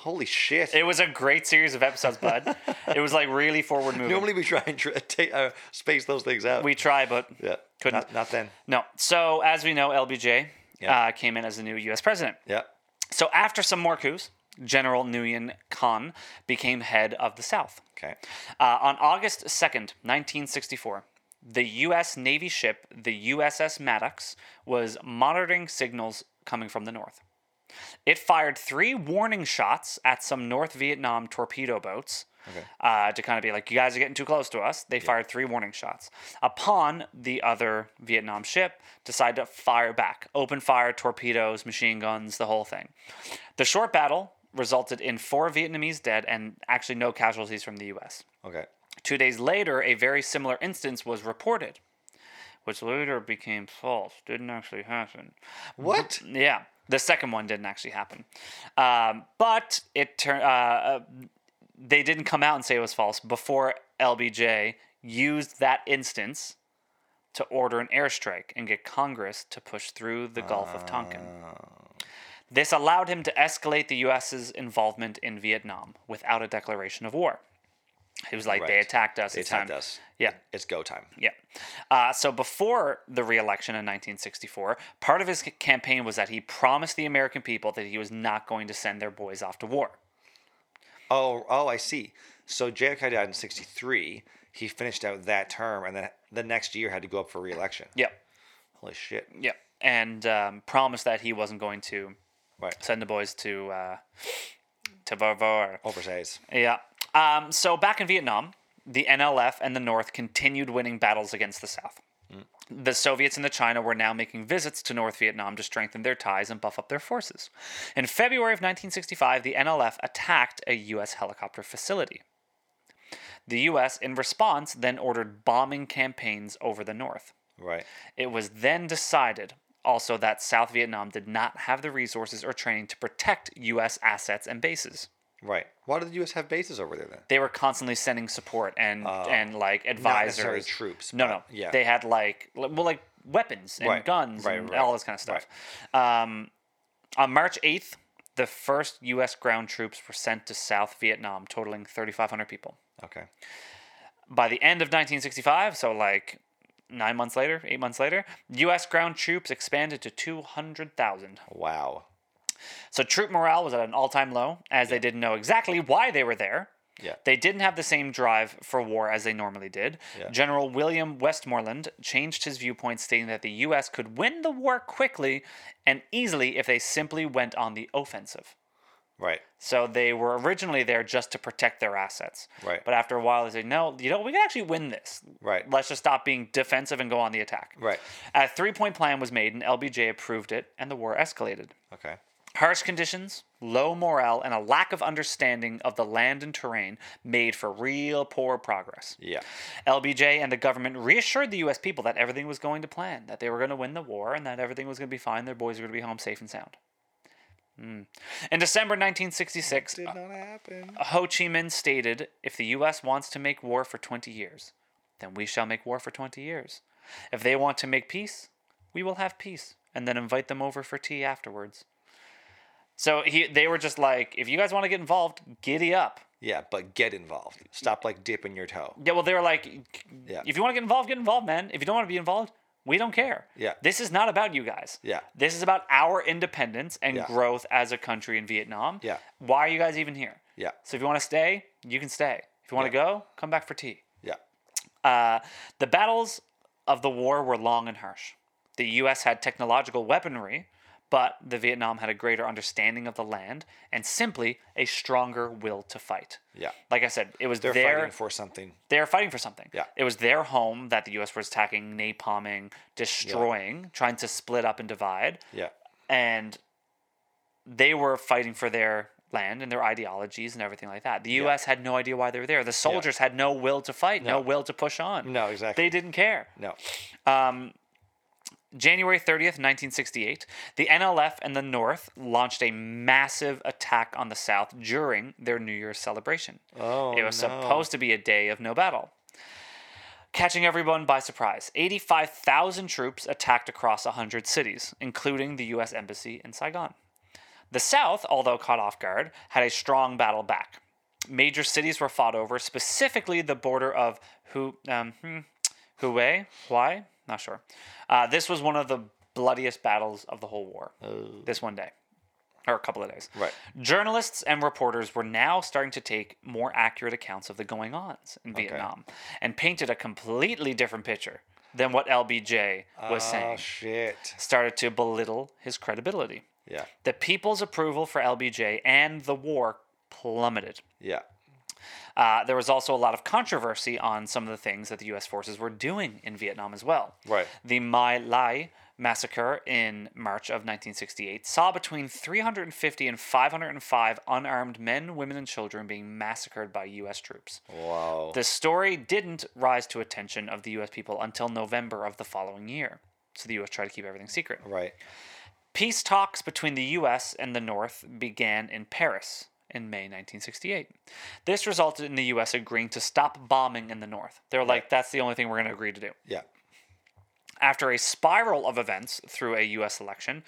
Holy shit! It was a great series of episodes, bud. it was like really forward moving. Normally we try and tr ta uh, space those things out. we try, but yeah, couldn't. Not, not then. No. So as we know, LBJ Yeah. uh, came in as the new U.S. president. Yeah. So after some more coups, General Nguyen Khan became head of the South. Okay. Uh, on August 2nd, 1964, the U.S. Navy ship, the USS Maddox, was monitoring signals coming from the north. It fired three warning shots at some North Vietnam torpedo boats uh, to kind of be like, you guys are getting too close to us. They fired three warning shots upon the other Vietnam ship decided to fire back open fire, torpedoes, machine guns, the whole thing. The short battle resulted in four Vietnamese dead and actually no casualties from the U.S. Okay. Two days later, a very similar instance was reported, which later became false. Didn't actually happen. What? Yeah, the second one didn't actually happen, um, but it turned. Uh, uh, they didn't come out and say it was false before LBJ used that instance to order an airstrike and get Congress to push through the Gulf of Tonkin. Oh. This allowed him to escalate the U.S.'s involvement in Vietnam without a declaration of war. He was like, they Right. attacked us. They it's attacked time- us. Yeah. It's go time. Yeah. Uh, so before the re-election in 1964, part of his c- campaign was that he promised the American people that he was not going to send their boys off to war. Oh, oh, I see. So JFK died in '63. He finished out that term, and then the next year had to go up for re-election. Yep. Holy shit! Yep. And um, promised that he wasn't going to Right. send the boys to uh, to war- war. Oversize. Yeah. Um, so back in Vietnam, the NLF and the North continued winning battles against the South. The Soviets and the China were now making visits to North Vietnam to strengthen their ties and buff up their forces. In February of 1965, the NLF attacked a U.S. helicopter facility. The U.S., in response, then ordered bombing campaigns over the North. Right. It was then decided also that South Vietnam did not have the resources or training to protect U.S. assets and bases. Right. Why did the U.S. have bases over there then? they were constantly sending support and and like Oh. necessarily advisors, troops, No, but- no, yeah. they had like li- well, like weapons and Right, guns right, and right, all this kind of stuff. Um, on March eighth, the first U.S. ground troops were sent to South Vietnam, totaling thirty five hundred people. Okay. By the end of nineteen sixty five, so like nine months later, eight months later, U.S. ground troops expanded to two hundred thousand. Wow. So troop morale was at an all time low, as they didn't know exactly why they were there. Yeah. They didn't have the same drive for war as they normally did. Yeah. General William Westmoreland changed his viewpoint, stating that the U.S. could win the war quickly and easily if they simply went on the offensive. Right. So they were originally there just to protect their assets. Right. But after a while, they say, no, you know, we can actually win this. Right. Let's just stop being defensive and go on the attack. Right. A three point plan was made, and LBJ approved it, and the war escalated. Okay. Harsh conditions, low morale, and a lack of understanding of the land and terrain made for real poor progress. Yeah. LBJ and the government reassured the US people that everything was going to plan, that they were going to win the war, and that everything was going to be fine, their boys were going to be home safe and sound. Hmm. In December 1966, Did not happen. Ho Chi Minh stated if the US wants to make war for 20 years, then we shall make war for 20 years. If they want to make peace, we will have peace and then invite them over for tea afterwards. So he, they were just like, if you guys want to get involved, giddy up. Yeah, but get involved. Stop like dipping your toe. Yeah, well, they were like, Yeah. if you want to get involved, get involved, man. If you don't want to be involved, we don't care. Yeah. This is not about you guys. Yeah. This is about our independence and Yeah. growth as a country in Vietnam. Yeah. Why are you guys even here? Yeah. So if you want to stay, you can stay. If you want to Yeah. go, come back for tea. Yeah. Uh, the battles of the war were long and harsh. The U.S. had technological weaponry, but the Vietnam had a greater understanding of the land and simply a stronger will to fight. Yeah. Like I said, it was They're their fighting for something. they were fighting for something. Yeah. It was their home that the U.S. was attacking, napalming, destroying, trying to split up and divide, Yeah. and they were fighting for their land and their ideologies and everything like that. The U.S. had no idea why they were there. The soldiers had no will to fight, no. No. will to push on. No, exactly. They didn't care. No. January 30th, 1968, the NLF and the North launched a massive attack on the South during their New Year's celebration. Oh, it was no. supposed to be a day of no battle. Catching everyone by surprise, 85,000 troops attacked across 100 cities, including the U.S. Embassy in Saigon. The South, although caught off guard, had a strong battle back. Major cities were fought over, specifically the border of Hu, um, hmm, Hue, Why? Not sure. Uh, this was one of the bloodiest battles of the whole war. This one day, or a couple of days. Right. Journalists and reporters were now starting to take more accurate accounts of the going ons in Vietnam and painted a completely different picture than what LBJ was Oh saying. shit. Started to belittle his credibility. Yeah. The people's approval for LBJ and the war plummeted. Yeah. Uh, there was also a lot of controversy on some of the things that the U.S. forces were doing in Vietnam as well. Right. The My Lai massacre in March of 1968 saw between 350 and 505 unarmed men, women, and children being massacred by U.S. troops. Oh. Wow. The story didn't rise to attention of the U.S. people until November of the following year. So the U.S. tried to keep everything secret. Right. Peace talks between the US and the North began in Paris in May 1968. This resulted in the US agreeing to stop bombing in the North. They're like, that's the only thing we're going to agree to do. Yeah. After a spiral of events through a US election,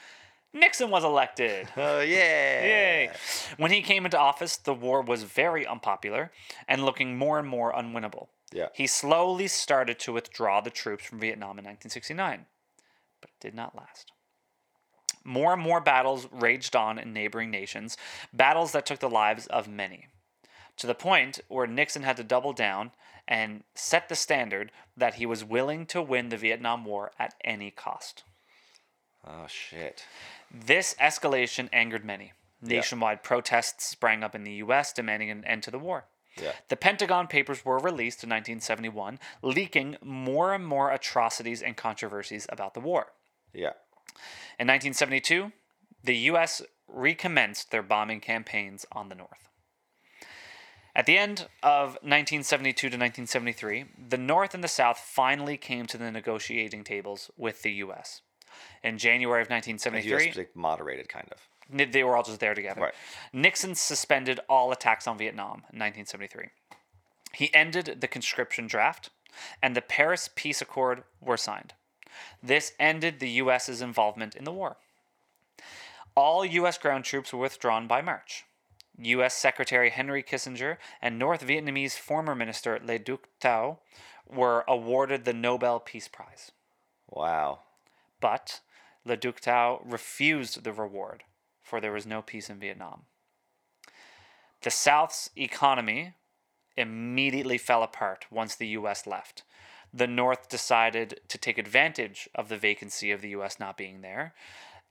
Nixon was elected. Oh yeah. Yay! When he came into office, the war was very unpopular and looking more and more unwinnable. Yeah. He slowly started to withdraw the troops from Vietnam in 1969, but it did not last. More and more battles raged on in neighboring nations, battles that took the lives of many, to the point where Nixon had to double down and set the standard that he was willing to win the Vietnam War at any cost. Oh shit. This escalation angered many. Nationwide protests sprang up in the U.S. demanding an end to the war. Yeah. The Pentagon Papers were released in 1971, leaking more and more atrocities and controversies about the war. Yeah. In 1972, the U.S. recommenced their bombing campaigns on the North. At the end of 1972 to 1973, the North and the South finally came to the negotiating tables with the U.S. In January of The US 1973, like moderated kind of. N- they were all just there together. Right. Nixon suspended all attacks on Vietnam in 1973. He ended the conscription draft, and the Paris Peace Accord were signed. This ended the U.S.'s involvement in the war. All U.S. ground troops were withdrawn by March. U.S. Secretary Henry Kissinger and North Vietnamese former minister Le Duc Thao were awarded the Nobel Peace Prize Wow. but Le Duc Thao refused the reward, for there was no peace in Vietnam. The South's economy immediately fell apart once the US left. The North decided to take advantage of the vacancy of the US not being there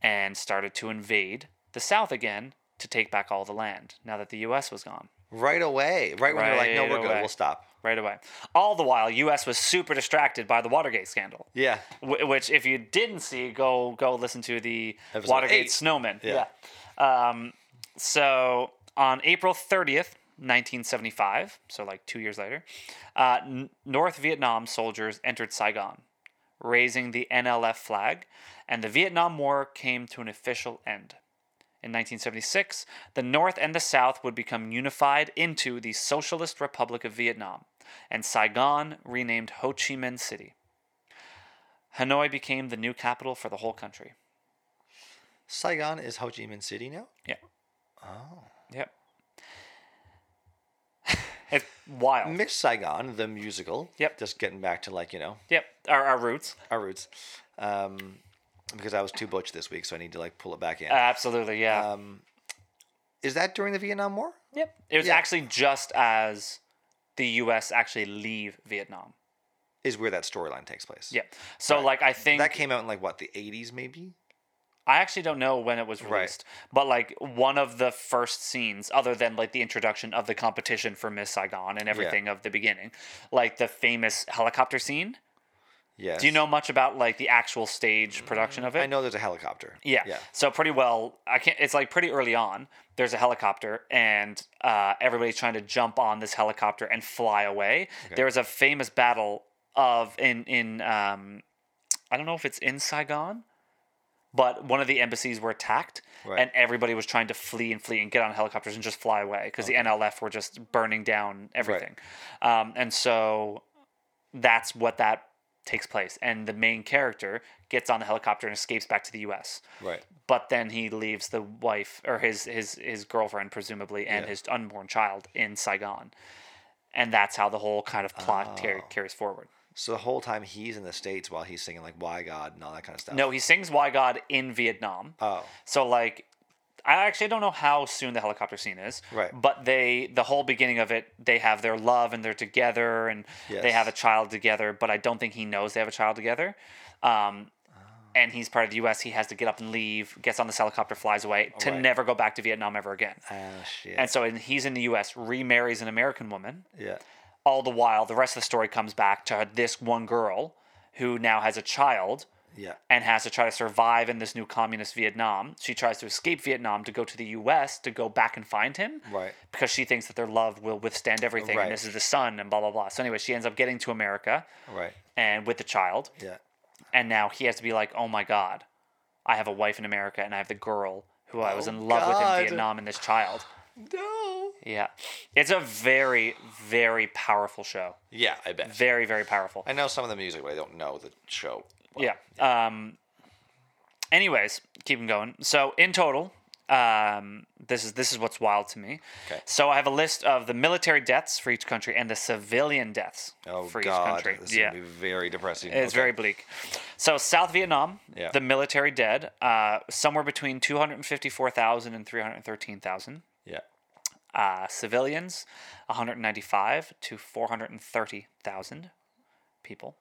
and started to invade the South again to take back all the land now that the U.S. was gone. Right away. Right, when they're like, no, Right we're good. away. We'll stop. Right away. All the while, U.S. was super distracted by the Watergate scandal. Yeah. Wh- which, if you didn't see, go go listen to the Episode Watergate eight. Snowman. Yeah. Yeah. Um, so on April 30th, 1975, so like two years later, uh, N- North Vietnam soldiers entered Saigon, raising the NLF flag, and the Vietnam War came to an official end. In 1976, the North and the South would become unified into the Socialist Republic of Vietnam, and Saigon renamed Ho Chi Minh City. Hanoi became the new capital for the whole country. Saigon is Ho Chi Minh City now? Yeah. Oh. Yep. it's wild. Miss Saigon, the musical. Yep. Just getting back to like, you know, yep. Our, our roots. our roots. Um, because I was too butch this week, so I need to like pull it back in. Uh, Absolutely. Yeah. um, is that during the Vietnam War? yep. It was yeah. actually just as the U.S. actually leave Vietnam. Is where that storyline takes place. Yep. So like I think That came out in like what, the 80s maybe? I actually don't know when it was released, but like one of the first scenes, other than like the introduction of the competition for Miss Saigon and everything of the beginning, like the famous helicopter scene. Yes. Mm, Do you know much about like the actual stage production of it? I know there's a helicopter. Yeah. Yeah. So pretty well, I can't. It's like pretty early on. There's a helicopter, and uh, everybody's trying to jump on this helicopter and fly away. There was a famous battle of in in um, I don't know if it's in Saigon, but one of the embassies were attacked, Right. and everybody was trying to flee and flee and get on helicopters and just fly away because the NLF were just burning down everything. Um, and so that's what that takes place, and the main character gets on the helicopter and escapes back to the U.S Right. but then he leaves the wife or his his his girlfriend presumably and Yeah. his unborn child in Saigon, and that's how the whole kind of plot car- Oh. carries forward. So the whole time he's in the states while he's singing like "Why God" and all that kind of stuff. No, he sings "Why God" in Vietnam. Oh, So like, I actually don't know how soon the helicopter scene is. Right. But they the whole beginning of it, they have their love and they're together and they Yes. have a child together. But I don't think he knows they have a child together. Um, Oh. and he's part of the U.S. He has to get up and leave. Gets on this helicopter, flies away to Right. never go back to Vietnam ever again. ah, shit. And so and he's in the US, remarries an American woman. yeah. All the while, the rest of the story comes back to this one girl who now has a child Yeah. and has to try to survive in this new communist Vietnam. She tries to escape Vietnam to go to the US to go back and find him. Right. Because she thinks that their love will withstand everything. Right. And this is the son and blah, blah, blah. So anyway, she ends up getting to America Right. and with the child. Yeah. And now he has to be like, oh my God, I have a wife in America and I have the girl who I was Oh, in love with God. in Vietnam and this child. No. Yeah. It's a very, very powerful show. Yeah, I bet. Very, very powerful. I know some of the music, but I don't know the show. yeah. Um, anyways, keep 'em going. So in total, um, this is this is what's wild to me. Okay. So I have a list of the military deaths for each country and the civilian deaths Oh for each God, country. this is yeah. gonna be very depressing. It's Okay. very bleak. So South Vietnam, Yeah. the military dead, uh, somewhere between 254,000 and 313,000. Yeah. uh, civilians 195 to 430,000 people.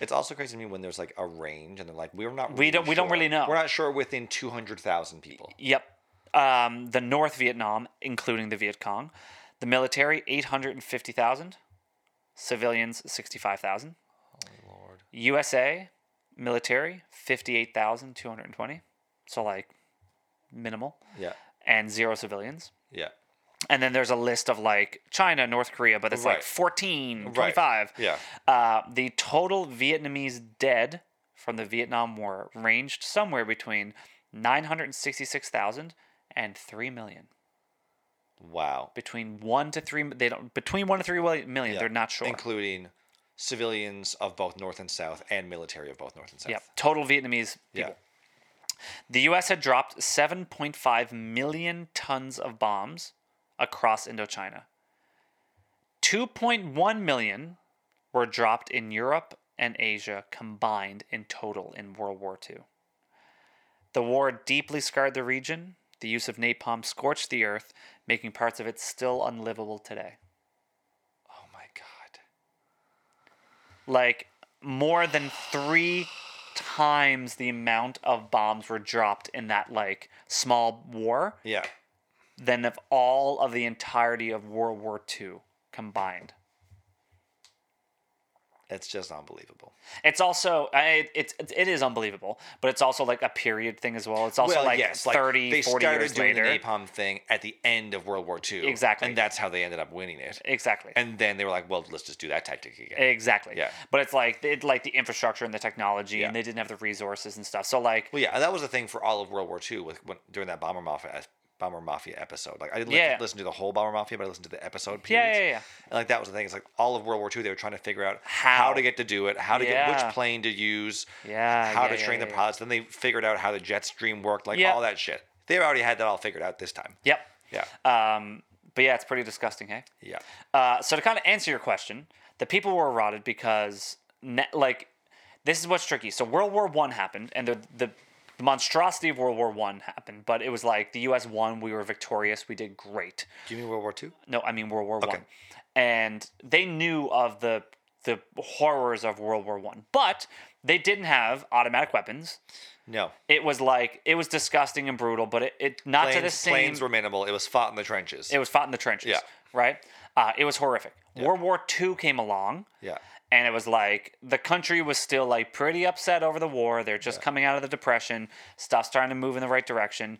It's also crazy to me when there's like a range and they're like, we're not. We don't- we don't sure. really know. We're not sure within two hundred thousand people. Yep. Um, the North Vietnam, including the Viet Cong, the military 850,000, civilians 65,000. Lord. USA military 58,220. So like minimal Yeah. and zero civilians. Yeah. And then there's a list of like China, North Korea, but it's like Right. 14, Right. 25. Yeah. Uh, the total Vietnamese dead from the Vietnam War ranged somewhere between 966,000 and 3 million. Wow. Between 1 to 3 they don't between 1 to 3 wi- million, Yeah. they're not sure. Including civilians of both North and South and military of both North and South. Yep. Total Vietnamese Yeah. people. The US had dropped 7.5 million tons of bombs across Indochina. 2.1 million were dropped in Europe and Asia combined in total in World War II. The war deeply scarred the region. The use of napalm scorched the earth, making parts of it still unlivable today. Oh my God. like more than three times the amount of bombs were dropped in that like small war Yeah. than of all of the entirety of World War II combined. It's just unbelievable. It's also I- it's it's- it is unbelievable, but it's also like a period thing as well. It's also like thirty, forty 30, they 40 started years doing later. the napalm thing at the end of World War II. Exactly. and that's how they ended up winning it. exactly. And then they were like, "Well, let's just do that tactic again." Exactly. Yeah. But it's like it like the infrastructure and the technology, Yeah. and they didn't have the resources and stuff. So like, Well, yeah, and that was the thing for all of World War II with when, during that bomber mafia uh, bomber mafia episode. Like I didn't li- Yeah. listen to the whole bomber mafia, but I listened to the episode. Yeah, periods. yeah, yeah. And like that was the thing. It's like all of World War II, they were trying to figure out How. to get to do it, how to get Yeah. which plane to use, Yeah, how yeah, to yeah, train yeah, the yeah. pilots. Then they figured out how the jet stream worked, like Yeah. all that shit. They already had that all figured out this time. yep. Yeah, Um, but yeah, it's pretty disgusting, hey. yeah. Uh, so to kind of answer your question, the people were rotted because ne- like this is what's tricky. So World War One happened, and the the monstrosity of World War One happened, but it was like the U.S. won, we were victorious, we did great. Do you mean World War II? No, I mean World War One, and they knew of the the horrors of World War One, but they didn't have automatic weapons. No. It was like it was disgusting and brutal, but it, it not to the Planes, same. planes were minimal. It was fought in the trenches. it was fought in the trenches, Yeah. right? Uh, it was horrific. World War II came along, yeah. and it was like the country was still like pretty upset over the war. They're just coming out of the depression. Stuff's starting to move in the right direction.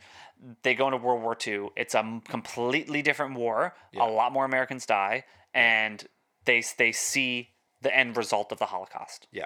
They go into World War II. It's a m- completely different war. A lot more Americans die, and they s- they see the end result of the Holocaust Yeah.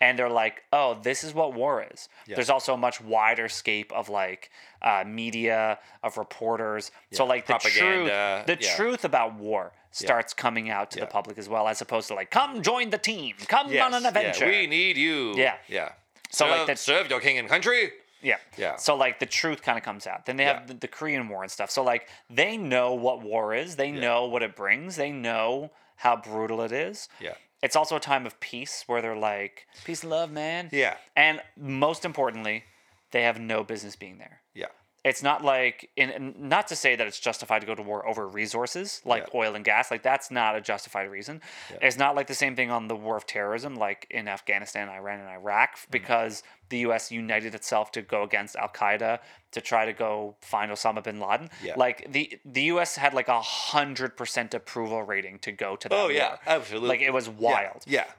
and they're like, "Oh, this is what war is." There's also a much wider scape of like uh, media, of reporters. So like the Propaganda, truth, the yeah. truth about war starts coming out to the Yeah. public as well, as opposed to like, "Come join the team, come on an Yes, adventure." Yeah. We need you. Yeah. Yeah. So, So like, serve, that- serve your king and country. Yeah. Yeah. So like the truth kind of comes out. Then they Yeah. have the, the Korean War and stuff. So like they know what war is. They know what it brings. They know how brutal it is. Yeah. It's also a time of peace where they're like peace and love, man. Yeah. And most importantly, they have no business being there. Yeah. It's not like in- in not to say that it's justified to go to war over resources like Yeah. oil and gas. Like that's not a justified reason. It's not like the same thing on the war of terrorism like in Afghanistan, Iran and Iraq Mm-hmm. because the US united itself to go against al-Qaeda to try to go find Osama bin Laden. Yeah. Like the the US had like a 100% approval rating to go to that Oh, yeah. war. Absolutely. Like it was Yeah. wild. Yeah.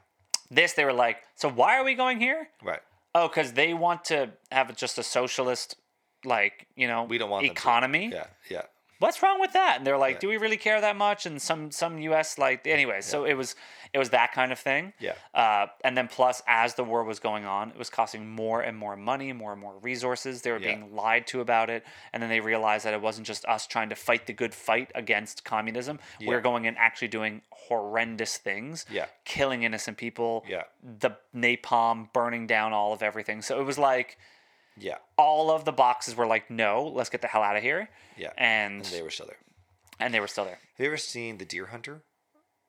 This they were like, "So why are we going here?" Right. Oh, because they want to have just a socialist, like you know, We don't want them to. economy. Yeah. Yeah. What's wrong with that? And they're like, do we really care that much? And some some U.S. like anyway. So it was it was that kind of thing. Yeah. Uh, and then plus, as the war was going on, it was costing more and more money, more and more resources. They were Yeah. being lied to about it, and then they realized that it wasn't just us trying to fight the good fight against communism. We Yeah. were going and actually doing horrendous things. Yeah. Killing innocent people. Yeah. The napalm burning down all of everything. So it was like Yeah. all of the boxes were like, no, let's get the hell out of here. Yeah. And And they were still there. and they were still there. Have you ever seen The Deer Hunter?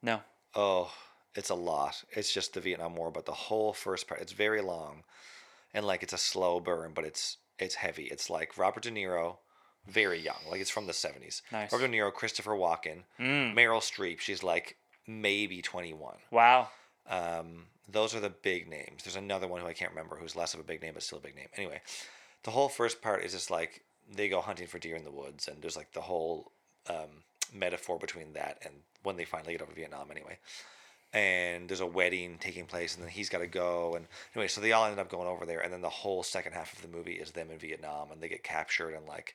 No. Oh, it's a lot. It's just the Vietnam War, but the whole first part, it's very long. And like it's a slow burn, but it's it's heavy. It's like Robert De Niro, very young. Like it's from the 70s. Nice. Mm. Robert De Niro, Christopher Walken, Meryl Streep, she's like maybe 21. Wow. Um, those are the big names. There's another one who I can't remember who's less of a big name, but still a big name. Anyway, the whole first part is just like they go hunting for deer in the woods, and there's like the whole um, metaphor between that and when they finally get over to Vietnam, anyway. And there's a wedding taking place, and then he's got to go. And anyway, so they all ended up going over there, and then the whole second half of the movie is them in Vietnam, and they get captured, and like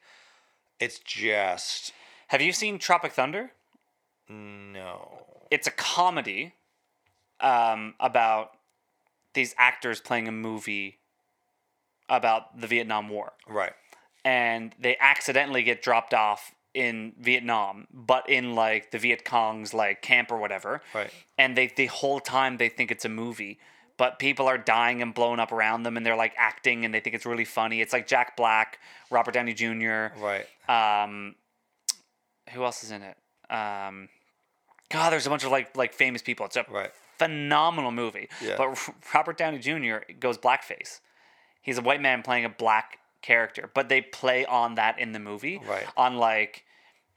it's just Have you seen Tropic Thunder? no. It's a comedy um, about these actors playing a movie about the Vietnam War, Right. and they accidentally get dropped off in Vietnam, but in like the Viet Cong's like camp or whatever. Right. And they the whole time they think it's a movie. But people are dying and blown up around them, and they're like acting, and they think it's really funny. It's like Jack Black, Robert Downey Jr., Right. um who else is in it um god there's a bunch of like like famous people it's a Right. phenomenal movie Yeah. but robert downey jr goes blackface he's a white man playing a black character but they play on that in the movie Right. on like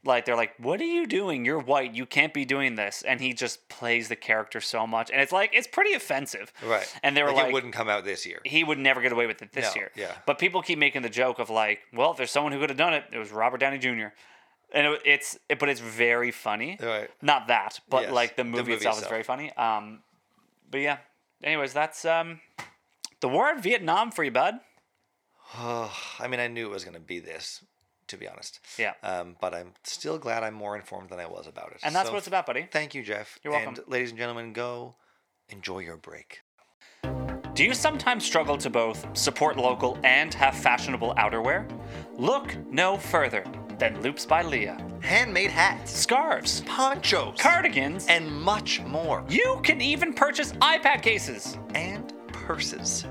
like they're like what are you doing you're white you can't be doing this and he just plays the character so much and it's like it's pretty offensive Right. and they were like, it wouldn't come out this year. he would never get away with it this No, year. yeah. But people keep making the joke of like, well, if there's someone who could have done it, it was Robert Downey Jr. and it, it's it, but it's very funny. Right. Not that, but Yes, like the the movie, movie itself, is itself. very funny. Um, but yeah. Anyways, that's um, the war in Vietnam for you, bud. I mean, I knew it was going to be this, to be honest. Yeah. Um, but I'm still glad I'm more informed than I was about it. and that's So what it's about, buddy. Thank you, Jeff. You're welcome. And ladies and gentlemen, go enjoy your break. Do you sometimes struggle to both support local and have fashionable outerwear? Look no further than Loops by Leah. Handmade hats, Scarves, ponchos, cardigans, and and much more. you can even purchase iPad cases. and purses.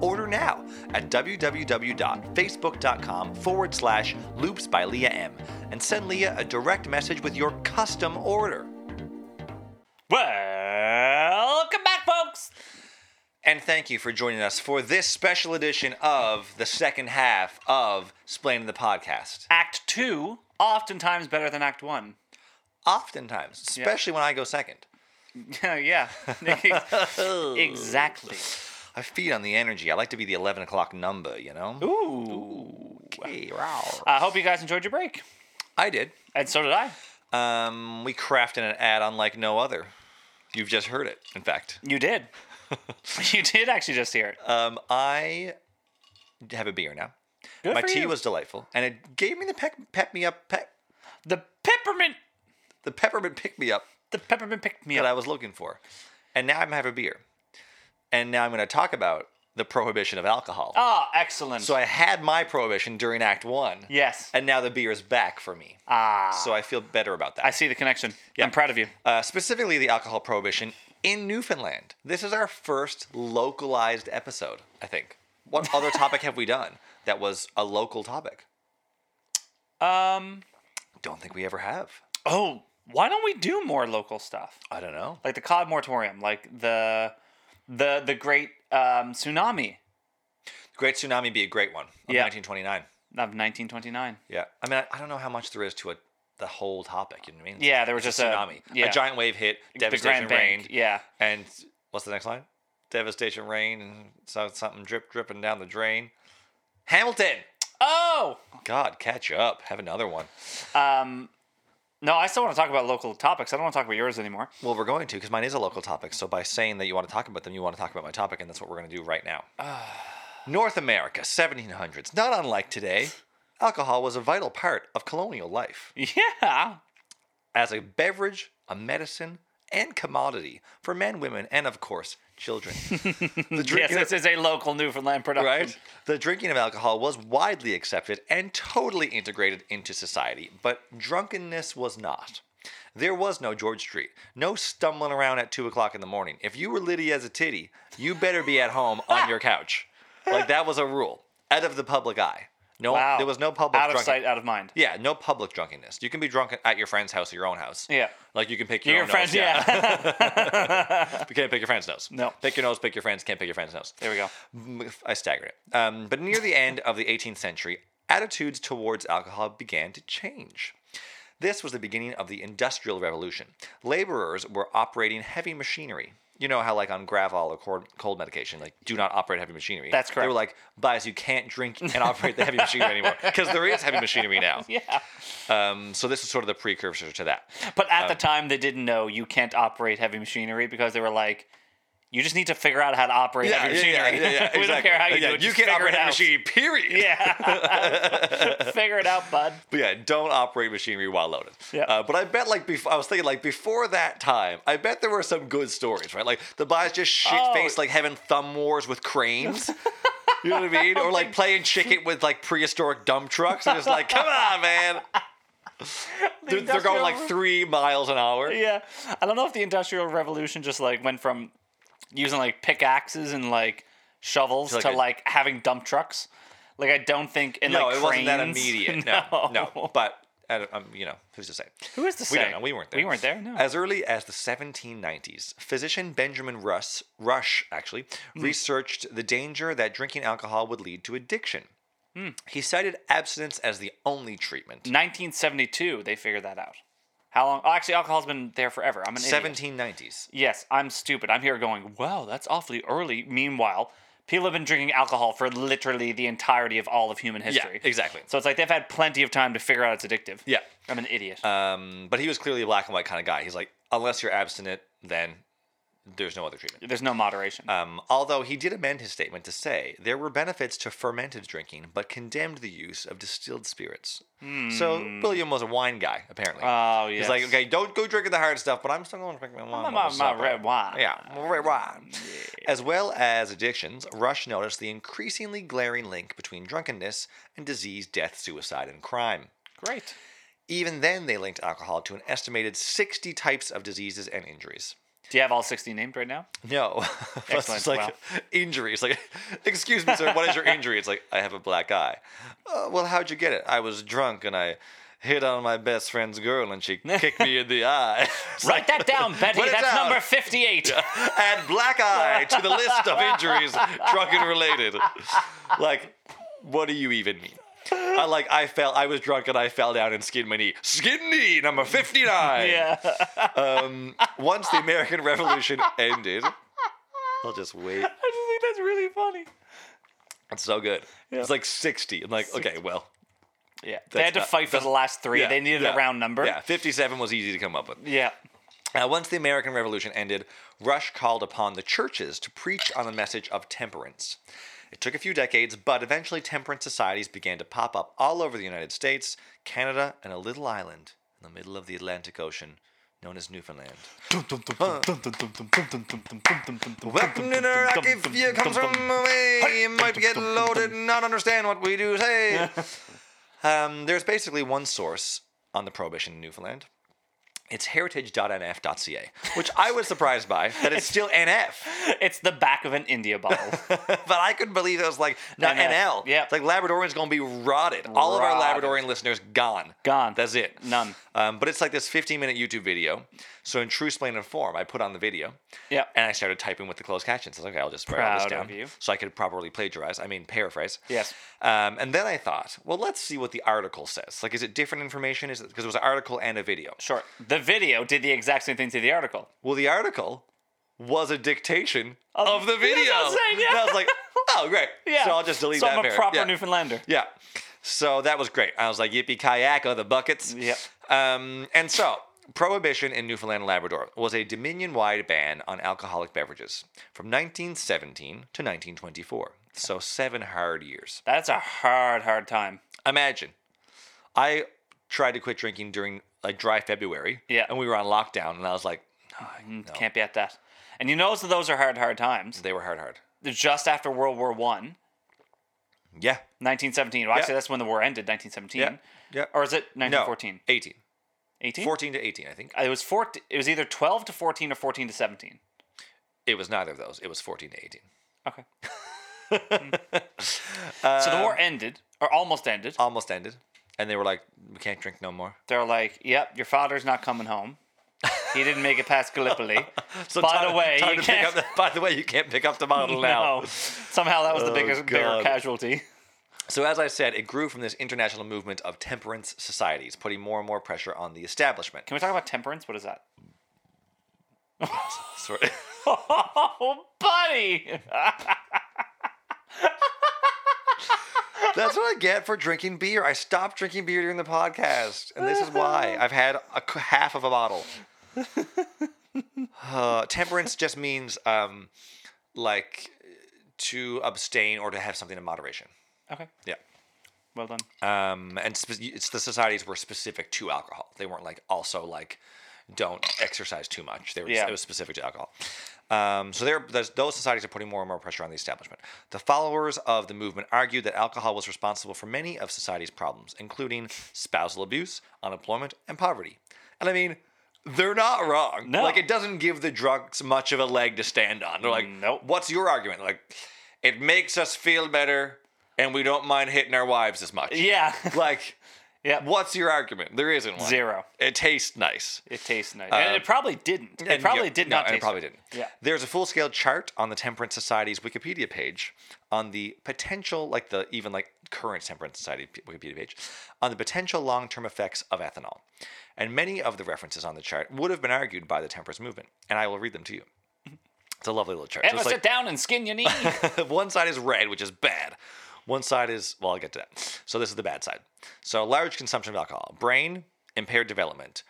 Order now at www.facebook.com forward slash loops by Leah M and send Leah a direct message with your custom order. Welcome back, folks. And thank you for joining us for this special edition of the second half of Splain the Podcast. Act two, oftentimes better than Act one. Oftentimes, especially when I go second, yeah, exactly. I feed on the energy. I like to be the 11 o'clock number, you know? Ooh. Okay, wow. I hope you guys enjoyed your break, I did. and so did I. Um, we crafted an ad unlike no other. You've just heard it, in fact. You did. you did actually just hear it. Um, I have a beer now. Good My for tea you. was delightful, and it gave me the pep, pep me up, pep, The peppermint, the peppermint pick me up the peppermint picked me that up. I was looking for. And now I'm gonna have a beer, and now I'm going to talk about the prohibition of alcohol. Ah, excellent. So I had my prohibition during Act One. yes. And now the beer is back for me. Ah. So I feel better about that. I see the connection. I'm proud of you. uh, specifically the alcohol prohibition in Newfoundland. This is our first localized episode, I think. What other topic have we done that was a local topic? Um. Don't think we ever have. Oh, why don't we do more local stuff? I don't know. Like the cod moratorium, like the the the great um, tsunami Great Tsunami would be a great one. of Yeah. 1929. of 1929. Yeah. I mean, I, I don't know how much there is to a, the whole topic. You know what I mean? Yeah, there was It's just a- tsunami. yeah. A giant wave hit, devastation the Grand Bank. reigned. Yeah. And what's the next line? Devastation rain and so- something drip dripping down the drain. Hamilton. Oh. God, catch up. Have another one. Um. No, I still want to talk about local topics. I don't want to talk about yours anymore. Well, we're going to because mine is a local topic. So by saying that you want to talk about them, you want to talk about my topic, and that's what we're going to do right now. North America, 1700s. Not unlike today, alcohol was a vital part of colonial life Yeah. as a beverage, a medicine, and commodity for men, women, and of course, children. the Yes, drinking this of, is a local Newfoundland production. right? The drinking of alcohol was widely accepted and totally integrated into society, but drunkenness was not. There was no George Street, no stumbling around at two o'clock in the morning. If you were litty as a titty, you better be at home on your couch. Like that was a rule, out of the public eye. No, Wow. there was no public Out of drunken- sight, out of mind. Yeah, no public drunkenness. You can be drunk at your friend's house or your own house. Yeah. Like you can pick your, Your own friends, nose. Yeah. yeah. you can't pick your friend's nose. No. Pick your nose, pick your friends, can't pick your friend's nose. there we go. I staggered it. Um, but near the end of the 18th century, attitudes towards alcohol began to change. This was the beginning of the Industrial Revolution. Laborers were operating heavy machinery. You know how, like on Gravol or cold, cold medication, like do not operate heavy machinery. That's They correct. were like, "Buys, you can't drink and operate the heavy machinery anymore because there is heavy machinery now." Yeah. Um, so this is sort of the precursor to that. But Uh, at the time, they didn't know you can't operate heavy machinery because they were like, you just need to figure out how to operate heavy machinery. we don't care how you do it. You just can't figure operate it heavy out. machinery. Period. Yeah. figure it out, bud. But yeah, don't operate machinery while loaded. Yeah. Uh, but I bet like before, I was thinking like before that time, I bet there were some good stories, right? Like the guys just shit faced Oh. like having thumb wars with cranes. you know what I mean? Or like playing chicken with like prehistoric dump trucks. And it's like, come on, man. They're, they're going like Industrial- three miles an hour. Yeah. I don't know if the Industrial Revolution just like went from using like pickaxes and like shovels like to a- like having dump trucks. Like, I don't think. And, No, like, it wasn't that cranes. immediate. No, no. But I don't- um, you know, who's to say? Who is to We say? don't know. We weren't there. We weren't there, no. As early as the 1790s, physician Benjamin Russ, Rush actually Hmm. researched the danger that drinking alcohol would lead to addiction. Hmm. He cited abstinence as the only treatment. 1972, they figured that out. How long? Oh, actually, alcohol's been there forever. I'm an idiot. 1790s. Yes, I'm stupid. I'm here going, wow, that's awfully early. Meanwhile, People have been drinking alcohol for literally the entirety of all of human history. exactly. So it's like they've had plenty of time to figure out it's addictive. Yeah. I'm an idiot. Um, but he was clearly a black and white kind of guy. He's like, unless you're abstinent, then there's no other treatment. There's no moderation. Um, although he did amend his statement to say there were benefits to fermented drinking, but condemned the use of distilled spirits. So Hmm. William was a wine guy, apparently. Oh, He's like, yes. okay, don't go drinking the hard stuff, but I'm still going to drink my wine. my- while it's my supper." red wine. Yeah, my red wine. As well as addictions, Rush noticed the increasingly glaring link between drunkenness and disease, death, suicide, and crime. Great. Even then, they linked alcohol to an estimated 60 types of diseases and injuries. Do you have all 60 named right now? No. That's Excellent. just like injuries. Like, excuse me, sir, what is your injury? It's like, I have a black eye. "Uh, well, how'd you get it? I was drunk and I hit on my best friend's girl and she kicked me in the eye. It's Write that like, down, Betty. Write it That's down. number 58. Add black eye to the list of injuries drunken related. Like, what do you even mean? I like I fell I was drunk and I fell down and skinned my knee. Skinned knee number 59. Yeah. Um, once the American Revolution ended, I'll just wait. I just think that's really funny. It's so good. It's like 60. I'm like, okay, well. Yeah. They had to not- fight for the last three. yeah, they needed yeah, a round number. Yeah, 57 was easy to come up with. Yeah. Uh, once the American Revolution ended, Rush called upon the churches to preach on the message of temperance. It took a few decades, but eventually temperance societies began to pop up all over the United States, Canada, and a little island in the middle of the Atlantic Ocean known as Newfoundland. Welcome to the Rocky if you comes from away. You might get loaded and not understand what we do say. um, there's basically one source on the prohibition in Newfoundland. It's heritage.nf.ca, which I was surprised by that it's still NF. It's the back of an India bottle. But I couldn't believe it was like not NF, NL. yeah. It's like Labradorian's going to be rotted. All of our Rotted. Labradorian listeners gone. Gone. That's it. None. Um, but it's like this 15 minute YouTube video. So in true splendid form, I put on the video. yeah. And I started typing with the closed captions. I was like, okay, I'll just write all this Proud down of you. so I could properly plagiarize. I mean, paraphrase. Yes. Um, and then I thought, well, let's see what the article says. Like, is it different information? Is it because it was an article and a video? Sure. The video did the exact same thing to the article. Well, the article was a dictation of, that's the what video. I'm saying, yeah. And I was like, oh, great. Yeah. So I'll just delete so that. I'm a var- proper yeah. Newfoundlander. Yeah. So that was great. I was like, yippee kayak or the buckets. Yep. Um, and so, prohibition in Newfoundland and Labrador was a dominion wide ban on alcoholic beverages from 1917 to 1924. So, seven hard years. That's a hard, hard time. Imagine. I tried to quit drinking during like dry February. Yeah. Ah, And we were on lockdown, and I was like, "Ah, Can't be at that. And you notice that those are hard, hard times. they were hard, hard. Just after World War One, Yeah. 1917. Well, actually, Yeah. that's when the war ended, 1917. Yeah. Yeah. Mm-hmm. Or is it No, 1914? 18. 18? 14 to 18, I think. Uh, It was 14, It was either 12 to 14 or 14 to 17. It was neither of those. It was 14 to 18. Okay. so the war Um, ended, or almost ended. Almost ended. And they were like, we can't drink no more. They're like, "Yep, your father's not coming home. He didn't make it past Gallipoli." So By time- the way, time you to pick can't- up the- by the way, you can't pick up the bottle now. No. Somehow that was the Oh, biggest bigger God. casualty. So as I said, it grew from this international movement of temperance societies, putting more and more pressure on the establishment. Can we talk about temperance? What is that? Sorry. Oh, buddy! That's what I get for drinking beer. I stopped drinking beer during the podcast, and this is why. I've had a c- half of a bottle. Uh, temperance just means um, like to abstain or to have something in moderation. Okay, Yeah. well done. um, and spe- it's the societies were specific to alcohol. They weren't like also like don't exercise too much. They were Yeah. it was specific to alcohol. Um, so there, those, those societies are putting more and more pressure on the establishment. The followers of the movement argued that alcohol was responsible for many of society's problems, including spousal abuse, unemployment, and poverty. And I mean, they're not wrong. No. Like it doesn't give the drunks much of a leg to stand on. They're like, Nope. What's your argument? Like, it makes us feel better, and we don't mind hitting our wives as much. Yeah, Like, yeah. what's your argument? There isn't one. Zero. It tastes nice. It tastes nice, and it probably didn't. It uh, And probably yeah, did no, not. and Taste it probably right. didn't. Yeah. There's a full-scale chart on the Temperance Society's Wikipedia page on the potential, like the even like current Temperance Society p- Wikipedia page, on the potential long-term effects of ethanol. And many of the references on the chart would have been argued by the temperance movement, and I will read them to you. It's a lovely little chart. So Emma, it's like- sit down and skin your knee. one side is red, which is bad. One side is, well, I'll get to that. So this is the bad side. So large consumption of alcohol, brain, impaired development,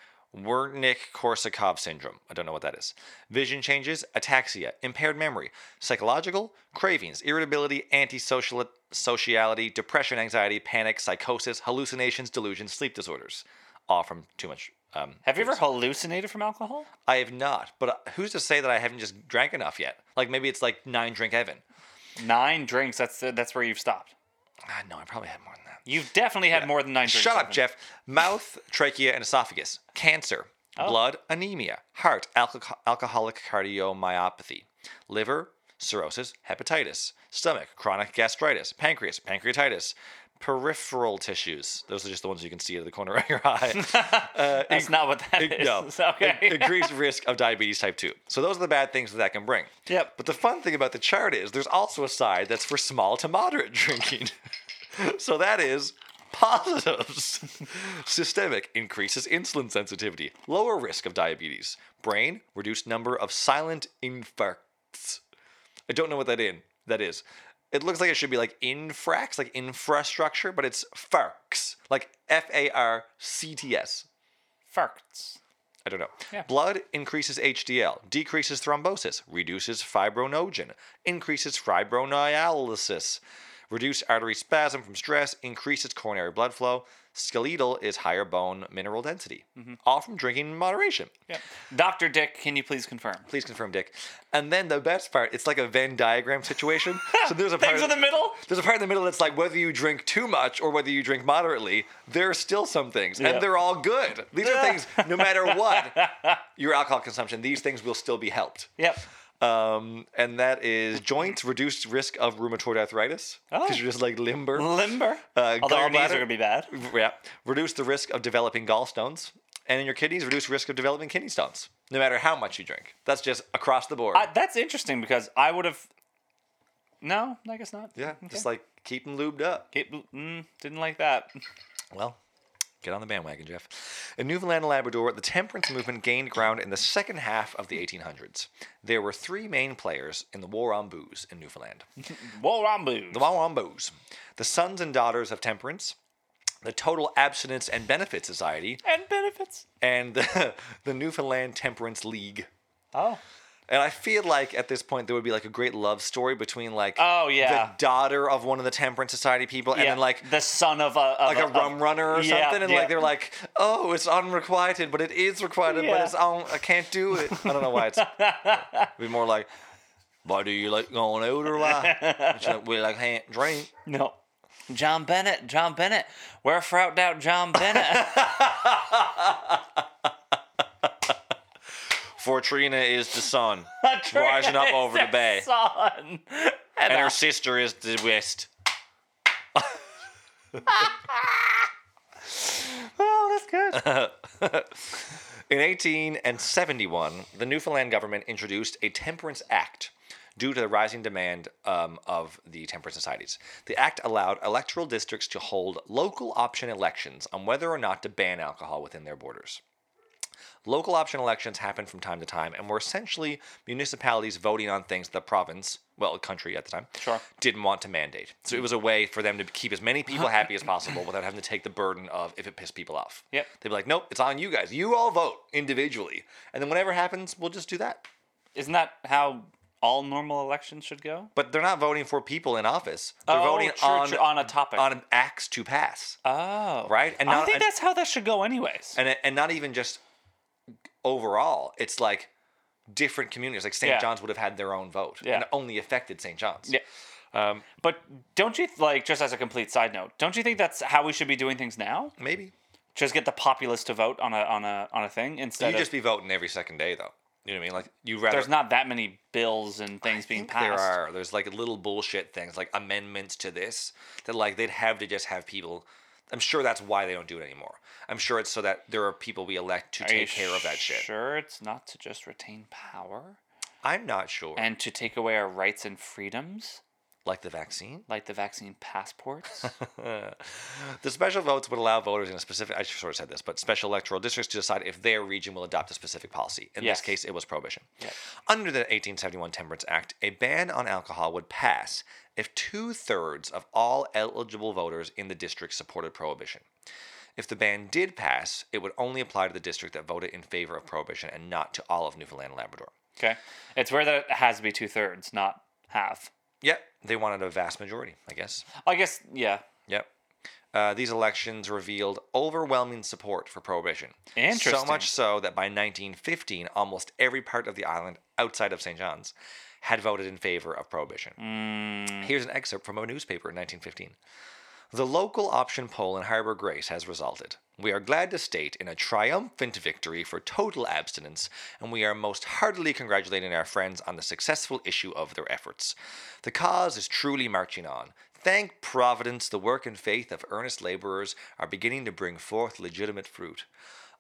Wernicke-Korsakov syndrome. I don't know what that is. Vision changes, ataxia, impaired memory, psychological, cravings, irritability, antisocial sociality, depression, anxiety, panic, psychosis, hallucinations, delusions, sleep disorders. All from too much. Um, Have you ever hallucinated from alcohol? I have not, but uh, who's to say that I haven't just drank enough yet? Like maybe it's like nine drink heaven. Nine drinks. That's that's where you've stopped. Ah, no, I probably had more than that. You've definitely had more than nine drinks. Shut up, Evan. Jeff. Mouth, trachea, and esophagus. Cancer. Blood, anemia. Heart, alco- alcoholic cardiomyopathy. Liver, cirrhosis, hepatitis. Stomach, chronic gastritis. Pancreas, pancreatitis. Peripheral tissues. Those are just the ones you can see out of the corner of your eye. That's not what that is. okay. It increased risk of diabetes type 2. So those are the bad things that that can bring. Yep. But the fun thing about the chart is there's also a side that's for small to moderate drinking. so that is positives. Systemic increases insulin sensitivity, lower risk of diabetes, brain, reduced number of silent infarcts. I don't know what that in that is. It looks like it should be like infrax, like infrastructure, but it's farcs, like F A R C T S. Farts. I don't know. Yeah. Blood increases HDL, decreases thrombosis, reduces fibrinogen, increases fibrinolysis, reduce artery spasm from stress, increases coronary blood flow. Skeletal is higher bone mineral density, Mm-hmm. all from drinking in moderation. Yep. Doctor Dick, can you please confirm? Please confirm, Dick. And then the best part, it's like a Venn diagram situation. so there's a part Things in the middle. there's a part in the middle that's like whether you drink too much or whether you drink moderately, there are still some things, Yeah. and they're all good. These are things, no matter what your alcohol consumption, these things will still be helped. Yep. Um, and that is joints, reduced risk of rheumatoid arthritis because Oh. you're just like limber. Limber. Uh, Although your knees gallbladder- are gonna be bad. Yeah, reduce the risk of developing gallstones, and in your kidneys, reduce risk of developing kidney stones. No matter how much you drink, that's just across the board. I, that's interesting because I would have. No, I guess not. yeah, just like keep them lubed up. It, mm, didn't like that. Well, get on the bandwagon, Jeff. In Newfoundland and Labrador, the temperance movement gained ground in the second half of the 1800s. There were three main players in the war on booze in Newfoundland Whoa, Rambu. the war on booze, the sons and daughters of temperance, the Total Abstinence and Benefit Society, And benefits. and the, the Newfoundland Temperance League. Oh. And I feel like at this point there would be like a great love story between like Oh, yeah. the daughter of one of the temperance society people and yeah. then like the son of a of like a, rum runner or yeah, something, and yeah. like they're like, "Oh, it's unrequited, but it is requited, Yeah. but it's on. I can't do it. I don't know why it's be more like, why do you like going out or why? It's like, we like can't drink. no. John Bennett, John Bennett. Where frout out John Bennett? For Trina is the sun Trina rising up is over the their bay, Son. and her sister is the west. Oh, that's good. In 1871, the Newfoundland government introduced a Temperance Act due to the rising demand um, of the temperance societies. The act allowed electoral districts to hold local option elections on whether or not to ban alcohol within their borders. Local option elections happened from time to time and were essentially municipalities voting on things the province, well, the country at the time, Sure. didn't want to mandate. So it was a way for them to keep as many people happy as possible without having to take the burden of if it pissed people off. Yep. They'd be like, nope, it's on you guys. You all vote individually. And then whatever happens, we'll just do that. Isn't that how all normal elections should go? But they're not voting for people in office. They're Oh, voting true, on, true, on a topic. on acts to pass. Oh. Right? And I not- think and- that's how that should go, anyways. and and not even just overall. It's like different communities. Like St. Yeah. John's would have had their own vote, Yeah. and it only affected St. John's. Yeah. Um, But don't you like just as a complete side note? Don't you think that's how we should be doing things now? Maybe Just get the populace to vote on a on a on a thing instead you of just be voting every second day, though. You know what I mean? Like you rather. there's not that many bills and things being think there passed. are. There's like little bullshit things, like amendments to this that like they'd have to just have people. I'm sure that's why they don't do it anymore. I'm sure it's so that there are people we elect to Are you take care of that shit. Sure, it's not to just retain power I'm not sure. and to take away our rights and freedoms. like the vaccine. like the vaccine passports. The special votes would allow voters in a specific, I sort of said this, but special electoral districts to decide if their region will adopt a specific policy. In Yes. this case, it was prohibition. Yep. Under the 1871 Temperance Act, a ban on alcohol would pass if two thirds of all eligible voters in the district supported prohibition. If the ban did pass, it would only apply to the district that voted in favor of prohibition and not to all of Newfoundland and Labrador. okay, it's where that it has to be two thirds, not half. Yep, they wanted a vast majority, I guess. I guess yeah. Yep. Uh, these elections revealed overwhelming support for prohibition. So Interesting. much so that by 1915, almost every part of the island outside of St. John's had voted in favor of prohibition. Here's an excerpt from a newspaper in 1915. The local option poll in Harbor Grace has resulted. We are glad to state in a triumphant victory for total abstinence, and we are most heartily congratulating our friends on the successful issue of their efforts. The cause is truly marching on. Thank Providence, the work and faith of earnest laborers are beginning to bring forth legitimate fruit.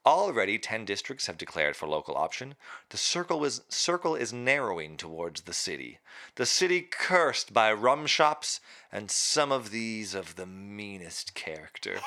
Already, 10 districts have declared for local option. The circle, was, circle is narrowing towards the city. The city cursed by rum shops and some of these of the meanest character.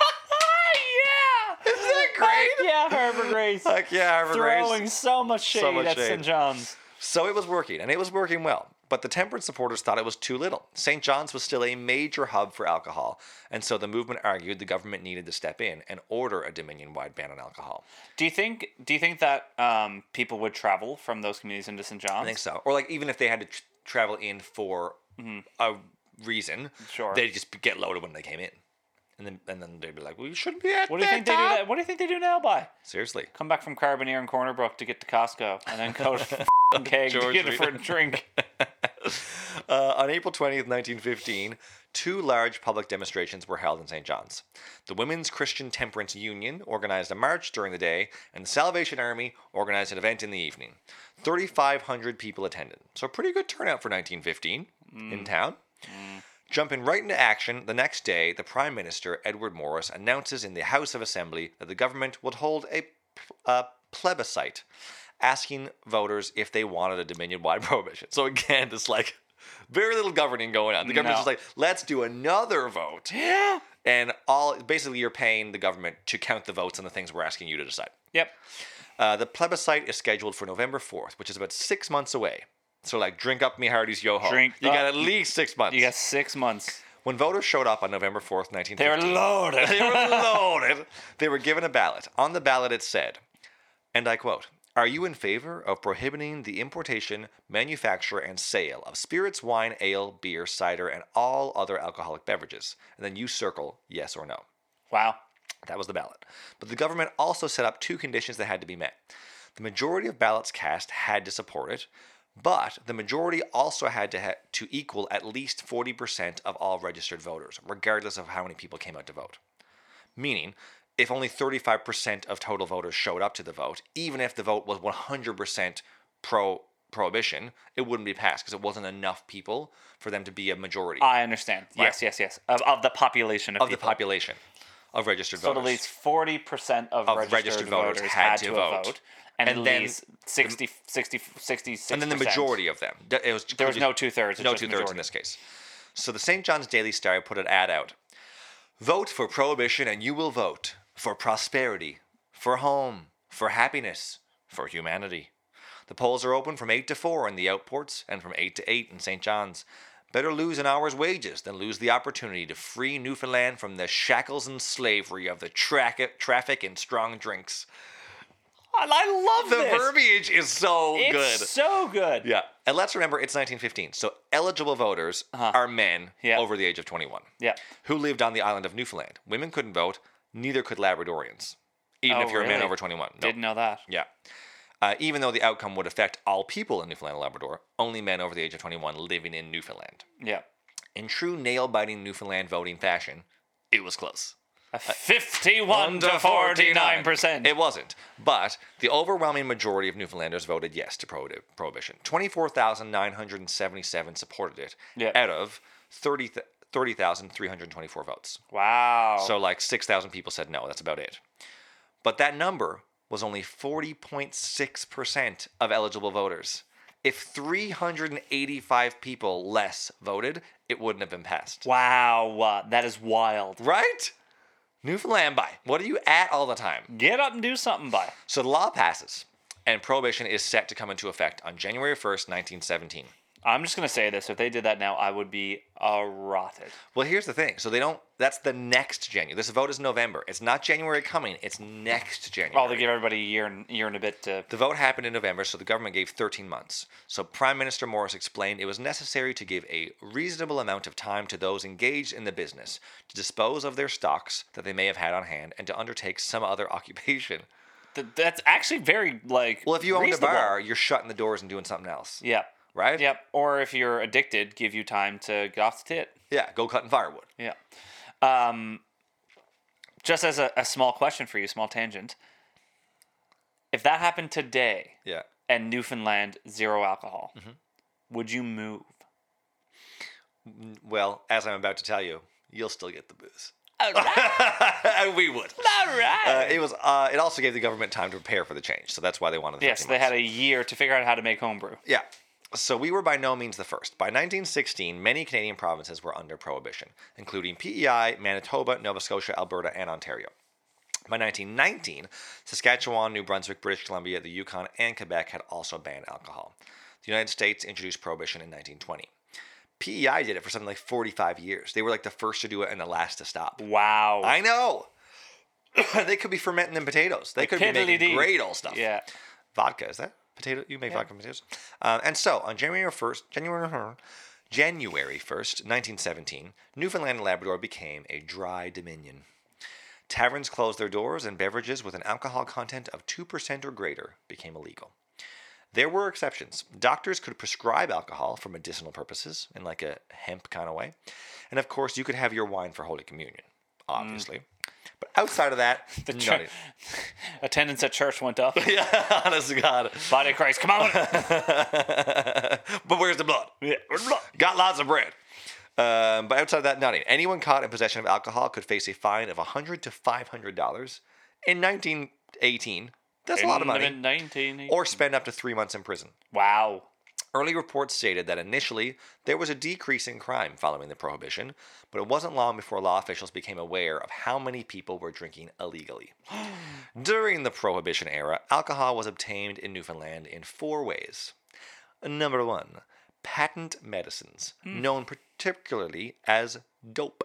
Ah, yeah. Isn't that great? yeah, Herbert Grace Like, yeah, Harbor Grace. throwing so much shade much at St. shade. John's. So it was working, and it was working well. But the temperance supporters thought it was too little. St. John's was still a major hub for alcohol, and so the movement argued the government needed to step in and order a Dominion wide ban on alcohol. Do you think? Do you think that um, people would travel from those communities into St. John's? I think so. Or, like, even if they had to tr- travel in for a reason, Mm-hmm. Sure. they'd just get loaded when they came in. And then, and then they'd be like, well, you shouldn't be at What do you think they do? That, what do you think they do now? By Seriously. come back from Carbonear and Corner Brook to get to Costco, and then go to f***ing keg to George get it Reed. for a drink. Uh, on April 20th, 1915, two large public demonstrations were held in St. John's. The Women's Christian Temperance Union organized a march during the day, and the Salvation Army organized an event in the evening. 3,500 people attended, so pretty good turnout for 1915 Mm. in town. Jumping right into action, the next day, the Prime Minister, Edward Morris, announces in the House of Assembly that the government would hold a, p- a plebiscite asking voters if they wanted a Dominion wide prohibition. So, again, it's like very little governing going on. The government's No. just like, let's do another vote. Yeah. And all basically, you're paying the government to count the votes on the things we're asking you to decide. Yep. Uh, the plebiscite is scheduled for November 4th, which is about six months away. So, like, drink up me Hardy's yo ho. Drink you got up- at least six months. You got six months. When voters showed up on November 4th, 1915, They were loaded. they were loaded. They were given a ballot. On the ballot, it said, and I quote, Are you in favor of prohibiting the importation, manufacture, and sale of spirits, wine, ale, beer, cider, and all other alcoholic beverages? And then you circle yes or no. Wow. That was the ballot. But the government also set up two conditions that had to be met. The majority of ballots cast had to support it, but the majority also had to ha- to equal at least 40% of all registered voters, regardless of how many people came out to vote. Meaning, if only 35% of total voters showed up to the vote, even if the vote was 100% pro prohibition, it wouldn't be passed because it wasn't enough people for them to be a majority I understand. Yes, Yeah. yes, yes. Of, of the population of, of the people. population of registered So voters. at least forty percent of, Of registered, voters, had, to vote, and, And at then least 60, 60, 66 and then the majority of them. D- It was There was no two-thirds, it's No just two thirds in majority. this case. So the St. John's Daily Star put an ad out: "Vote for prohibition, and you will vote for prosperity, for home, for happiness, for humanity." The polls are open from eight to four in the outports and from eight to eight in St. John's. Better lose an hour's wages than lose the opportunity to free Newfoundland from the shackles and slavery of the track traffic in strong drinks. I, I love The this. verbiage is so It's good. so good. Yeah. And let's remember it's 1915. So eligible voters are men Uh-huh. Yeah. over the age of 21 Yeah. who lived on the island of Newfoundland. Women couldn't vote, neither could Labradorians, even Oh, if you're a really? man over 21. No. Didn't know that. Yeah. Uh, even though the outcome would affect all people in Newfoundland and Labrador, only men over the age of 21 living in Newfoundland. Yeah. In true nail biting Newfoundland voting fashion, it was close. A Fifty-one to forty-nine percent. It wasn't, but the overwhelming majority of Newfoundlanders voted yes to prohib- prohibition. 24,977 supported it Yeah. out of 30 th- 30,324 votes. Wow. So, like 6,000 people said no. That's about it. But that number was only 40.6% of eligible voters. If 385 people less voted, it wouldn't have been passed. Wow, uh, that is wild. Right? Newfoundland by. What are you at all the time? Get up and do something, by. So the law passes, and prohibition is set to come into effect on January 1st, 1917. I'm just gonna say this: if they did that now, I would be erotic. Well, here's the thing. So they don't. That's the next January. This vote is November. It's not January coming. It's next January. Oh, they give everybody a year and year and a bit to. The vote happened in November, so the government gave 13 months. So Prime Minister Morris explained it was necessary to give a reasonable amount of time to those engaged in the business to dispose of their stocks that they may have had on hand and to undertake some other occupation. Th- that's actually very like. Well, if you owned reasonable. a bar, you're shutting the doors and doing something else. Yep. Right? Yep. Or if you're addicted, give you time to get off the tit. Yeah, go cutting firewood. Yeah. Um, just as a, a small question for you, small tangent. If that happened today Yeah. and Newfoundland zero alcohol, Mm-hmm. would you move? Well, as I'm about to tell you, you'll still get the booze. All right. And we would. All right. Uh, it was. Uh, it also gave the government time to prepare for the change, so that's why they wanted. The yes, 13 they months. had a year to figure out how to make homebrew. Yeah. So we were by no means the first. By 1916, many Canadian provinces were under prohibition, including PEI, Manitoba, Nova Scotia, Alberta, and Ontario. By 1919, Saskatchewan, New Brunswick, British Columbia, the Yukon, and Quebec had also banned alcohol. The United States introduced prohibition in 1920. PEI E did it for something like 45 years. They were like the first to do it and the last to stop. Wow. I know. they could be fermenting in potatoes. They could be making Piddly-dee. great old stuff Yeah. vodka. Is that potato? You make vodka and potatoes. Um, and so on January first, January, January first, nineteen seventeen, Newfoundland and Labrador became a dry dominion. Taverns closed their doors, and beverages with an alcohol content of two percent or greater became illegal. There were exceptions. Doctors could prescribe alcohol for medicinal purposes in like a hemp kind of way, and of course, you could have your wine for Holy Communion, obviously. But outside of that, the chur- Attendance at church went up. yeah, honest to God. Body of Christ, come on. but where's the blood? Yeah. Got lots of bread. Um, but outside of that, nothing. Anyone caught in possession of alcohol could face a fine of $100 to $500 in 1918. That's a lot of money. 19. Or spend up to three months in prison. wow. Early reports stated that initially there was a decrease in crime following the prohibition, but it wasn't long before law officials became aware of how many people were drinking illegally. During the prohibition era, alcohol was obtained in Newfoundland in four ways. Number one, patent medicines, known particularly as dope.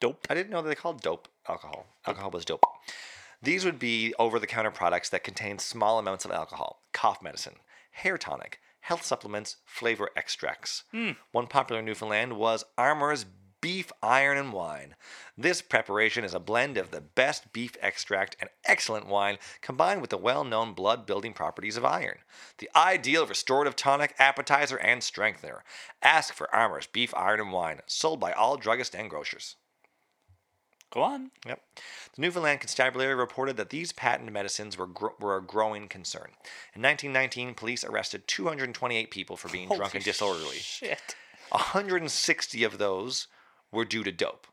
Dope. I didn't know they called dope alcohol. Alcohol was dope. These would be over the counter products that contain small amounts of alcohol, cough medicine, hair tonic, health supplements, flavor extracts. One popular in Newfoundland was Armour's Beef Iron and Wine. This preparation is a blend of the best beef extract and excellent wine combined with the well known blood building properties of iron. The ideal restorative tonic, appetizer, and strengthener. Ask for Armour's Beef Iron and Wine, sold by all druggists and grocers. Go on. Yep. The Newfoundland Constabulary reported that these patent medicines were, gro- were a growing concern. In 1919, police arrested 228 people for being drunk Holy and disorderly. Shit. 160 of those were due to dope.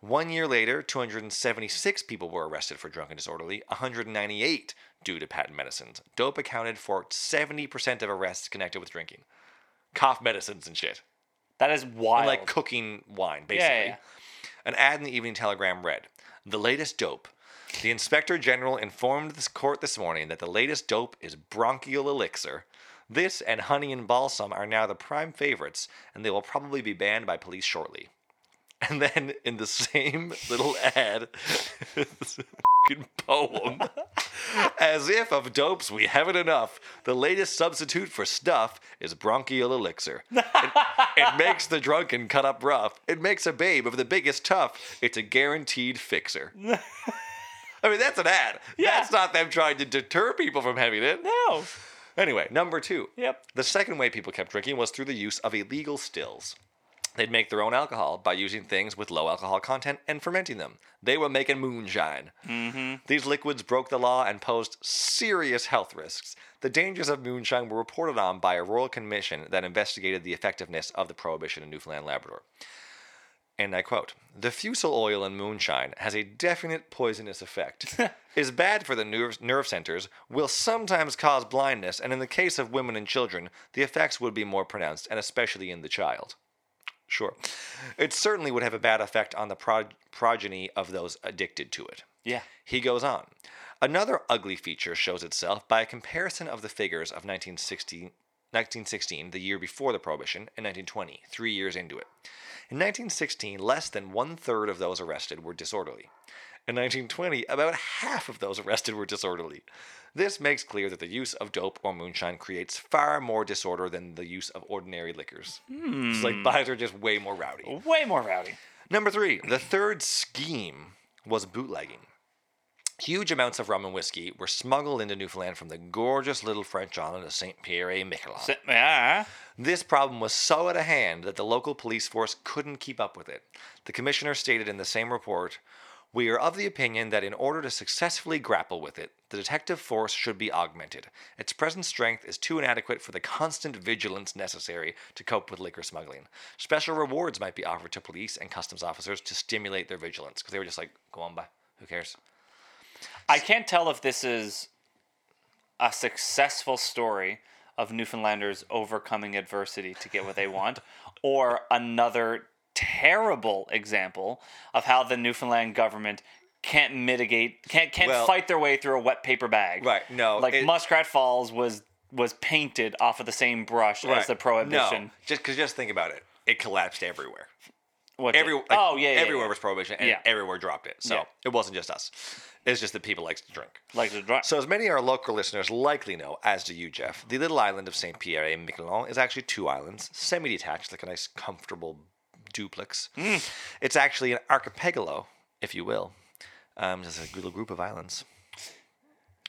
One year later, 276 people were arrested for drunk and disorderly, 198 due to patent medicines. Dope accounted for 70% of arrests connected with drinking. Cough medicines and shit. That is wild. And like cooking wine, basically. yeah, yeah. An ad in the Evening Telegram read The latest dope. The inspector general informed this court this morning that the latest dope is bronchial elixir. This and honey and balsam are now the prime favorites, and they will probably be banned by police shortly. And then in the same little ad, this fucking poem. As if of dopes we haven't enough, the latest substitute for stuff is bronchial elixir. It, it makes the drunken cut up rough. It makes a babe of the biggest tough. It's a guaranteed fixer. I mean, that's an ad. Yeah. That's not them trying to deter people from having it. no. Anyway, number two. Yep. The second way people kept drinking was through the use of illegal stills. They'd make their own alcohol by using things with low alcohol content and fermenting them. They were making moonshine. These liquids broke the law and posed serious health risks. The dangers of moonshine were reported on by a royal commission that investigated the effectiveness of the prohibition in Newfoundland and Labrador. and I quote, the fusel oil in moonshine has a definite poisonous effect, is bad for the nerve, nerve centers, will sometimes cause blindness, and in the case of women and children, the effects would be more pronounced, and especially in the child. Sure. It certainly would have a bad effect on the prog- progeny of those addicted to it. Yeah. He goes on. Another ugly feature shows itself by a comparison of the figures of 1960, 1916, the year before the Prohibition, and 1920, three years into it. In 1916, less than one third of those arrested were disorderly. In 1920, about half of those arrested were disorderly. This makes clear that the use of dope or moonshine creates far more disorder than the use of ordinary liquors. It's like bodies are just way more rowdy. Way more rowdy. Number three, the third scheme was bootlegging. Huge amounts of rum and whiskey were smuggled into Newfoundland from the gorgeous little French island of Saint Pierre et Miquelon. So- yeah. This problem was so out of hand that the local police force couldn't keep up with it. The commissioner stated in the same report We are of the opinion that in order to successfully grapple with it, the detective force should be augmented. Its present strength is too inadequate for the constant vigilance necessary to cope with liquor smuggling. Special rewards might be offered to police and customs officers to stimulate their vigilance because they were just like, go on by. Who cares? I can't tell if this is a successful story of Newfoundlanders overcoming adversity to get what they want, or another terrible example of how the Newfoundland government can't mitigate, can't can't Well- fight their way through a wet paper bag. Right, no, like it- Muskrat Falls was was painted off of the same brush as the prohibition. No, just because just think about it. It collapsed everywhere. What's it? every like, oh yeah, yeah, everywhere yeah. was prohibition and Yeah. everywhere dropped it. So Yeah. it wasn't just us. It's just that people liked to drink. like the dry- So as many of our local listeners likely know, as do you, Jeff, the little island of Saint Pierre et Miquelon is actually two islands, semi-detached, like a nice comfortable duplex. It's actually an archipelago, if you will. Um, just a little group of islands.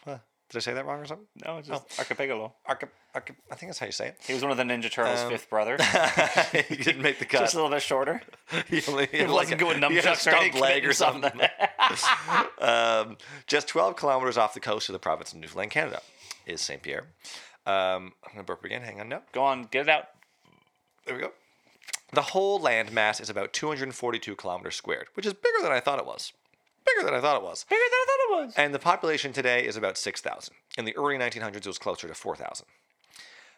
Huh. Did I say that wrong or something? no, it's oh. just archipelago. Archi- archi- I think that's how you say He was one of the Ninja Um, Turtles' fifth brother, it. you didn't make the cut. just a little bit shorter. He only he had wasn't like a- good with he had a nunchucks or any stubbed leg or kittens on something. um, just 12 kilometers off the coast of the province of Newfoundland, Canada, is Saint Pierre. Um, I'm gonna burp again. Hang on, no, Go on, get it out. there we go. The whole land mass is about 242 kilometers squared, which is bigger than I thought it was. Bigger than I thought it was. Bigger than I thought it was. And the population today is about 6,000. In the early 1900s, it was closer to 4,000.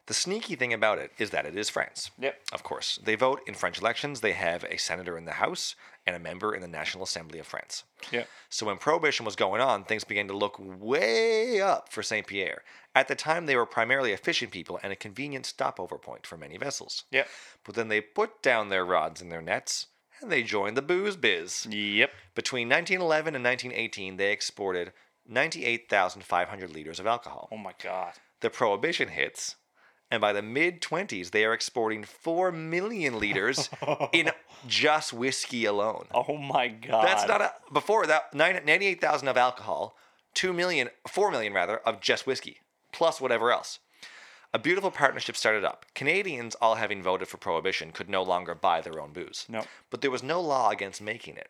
The sneaky thing about it is that it is France. Yep. Of course. They vote in French elections. They have a senator in the House and a member in the National Assembly of France. Yeah. So when prohibition was going on, things began to look way up for Saint Pierre. At the time, they were primarily a fishing people and a convenient stopover point for many vessels. Yep. But then they put down their rods and their nets, and they joined the booze biz. Yep. Between 1911 and 1918, they exported 98,500 liters of alcohol. Oh my god. The prohibition hits, and by the mid 20s, they are exporting 4 million liters in just whiskey alone. Oh my god. That's not a, before that nine- 98,000 of alcohol, 2 million, 4 million rather, of just whiskey, plus whatever else. A beautiful partnership started up. Canadians, all having voted for prohibition, could no longer buy their own booze. No. But there was no law against making it.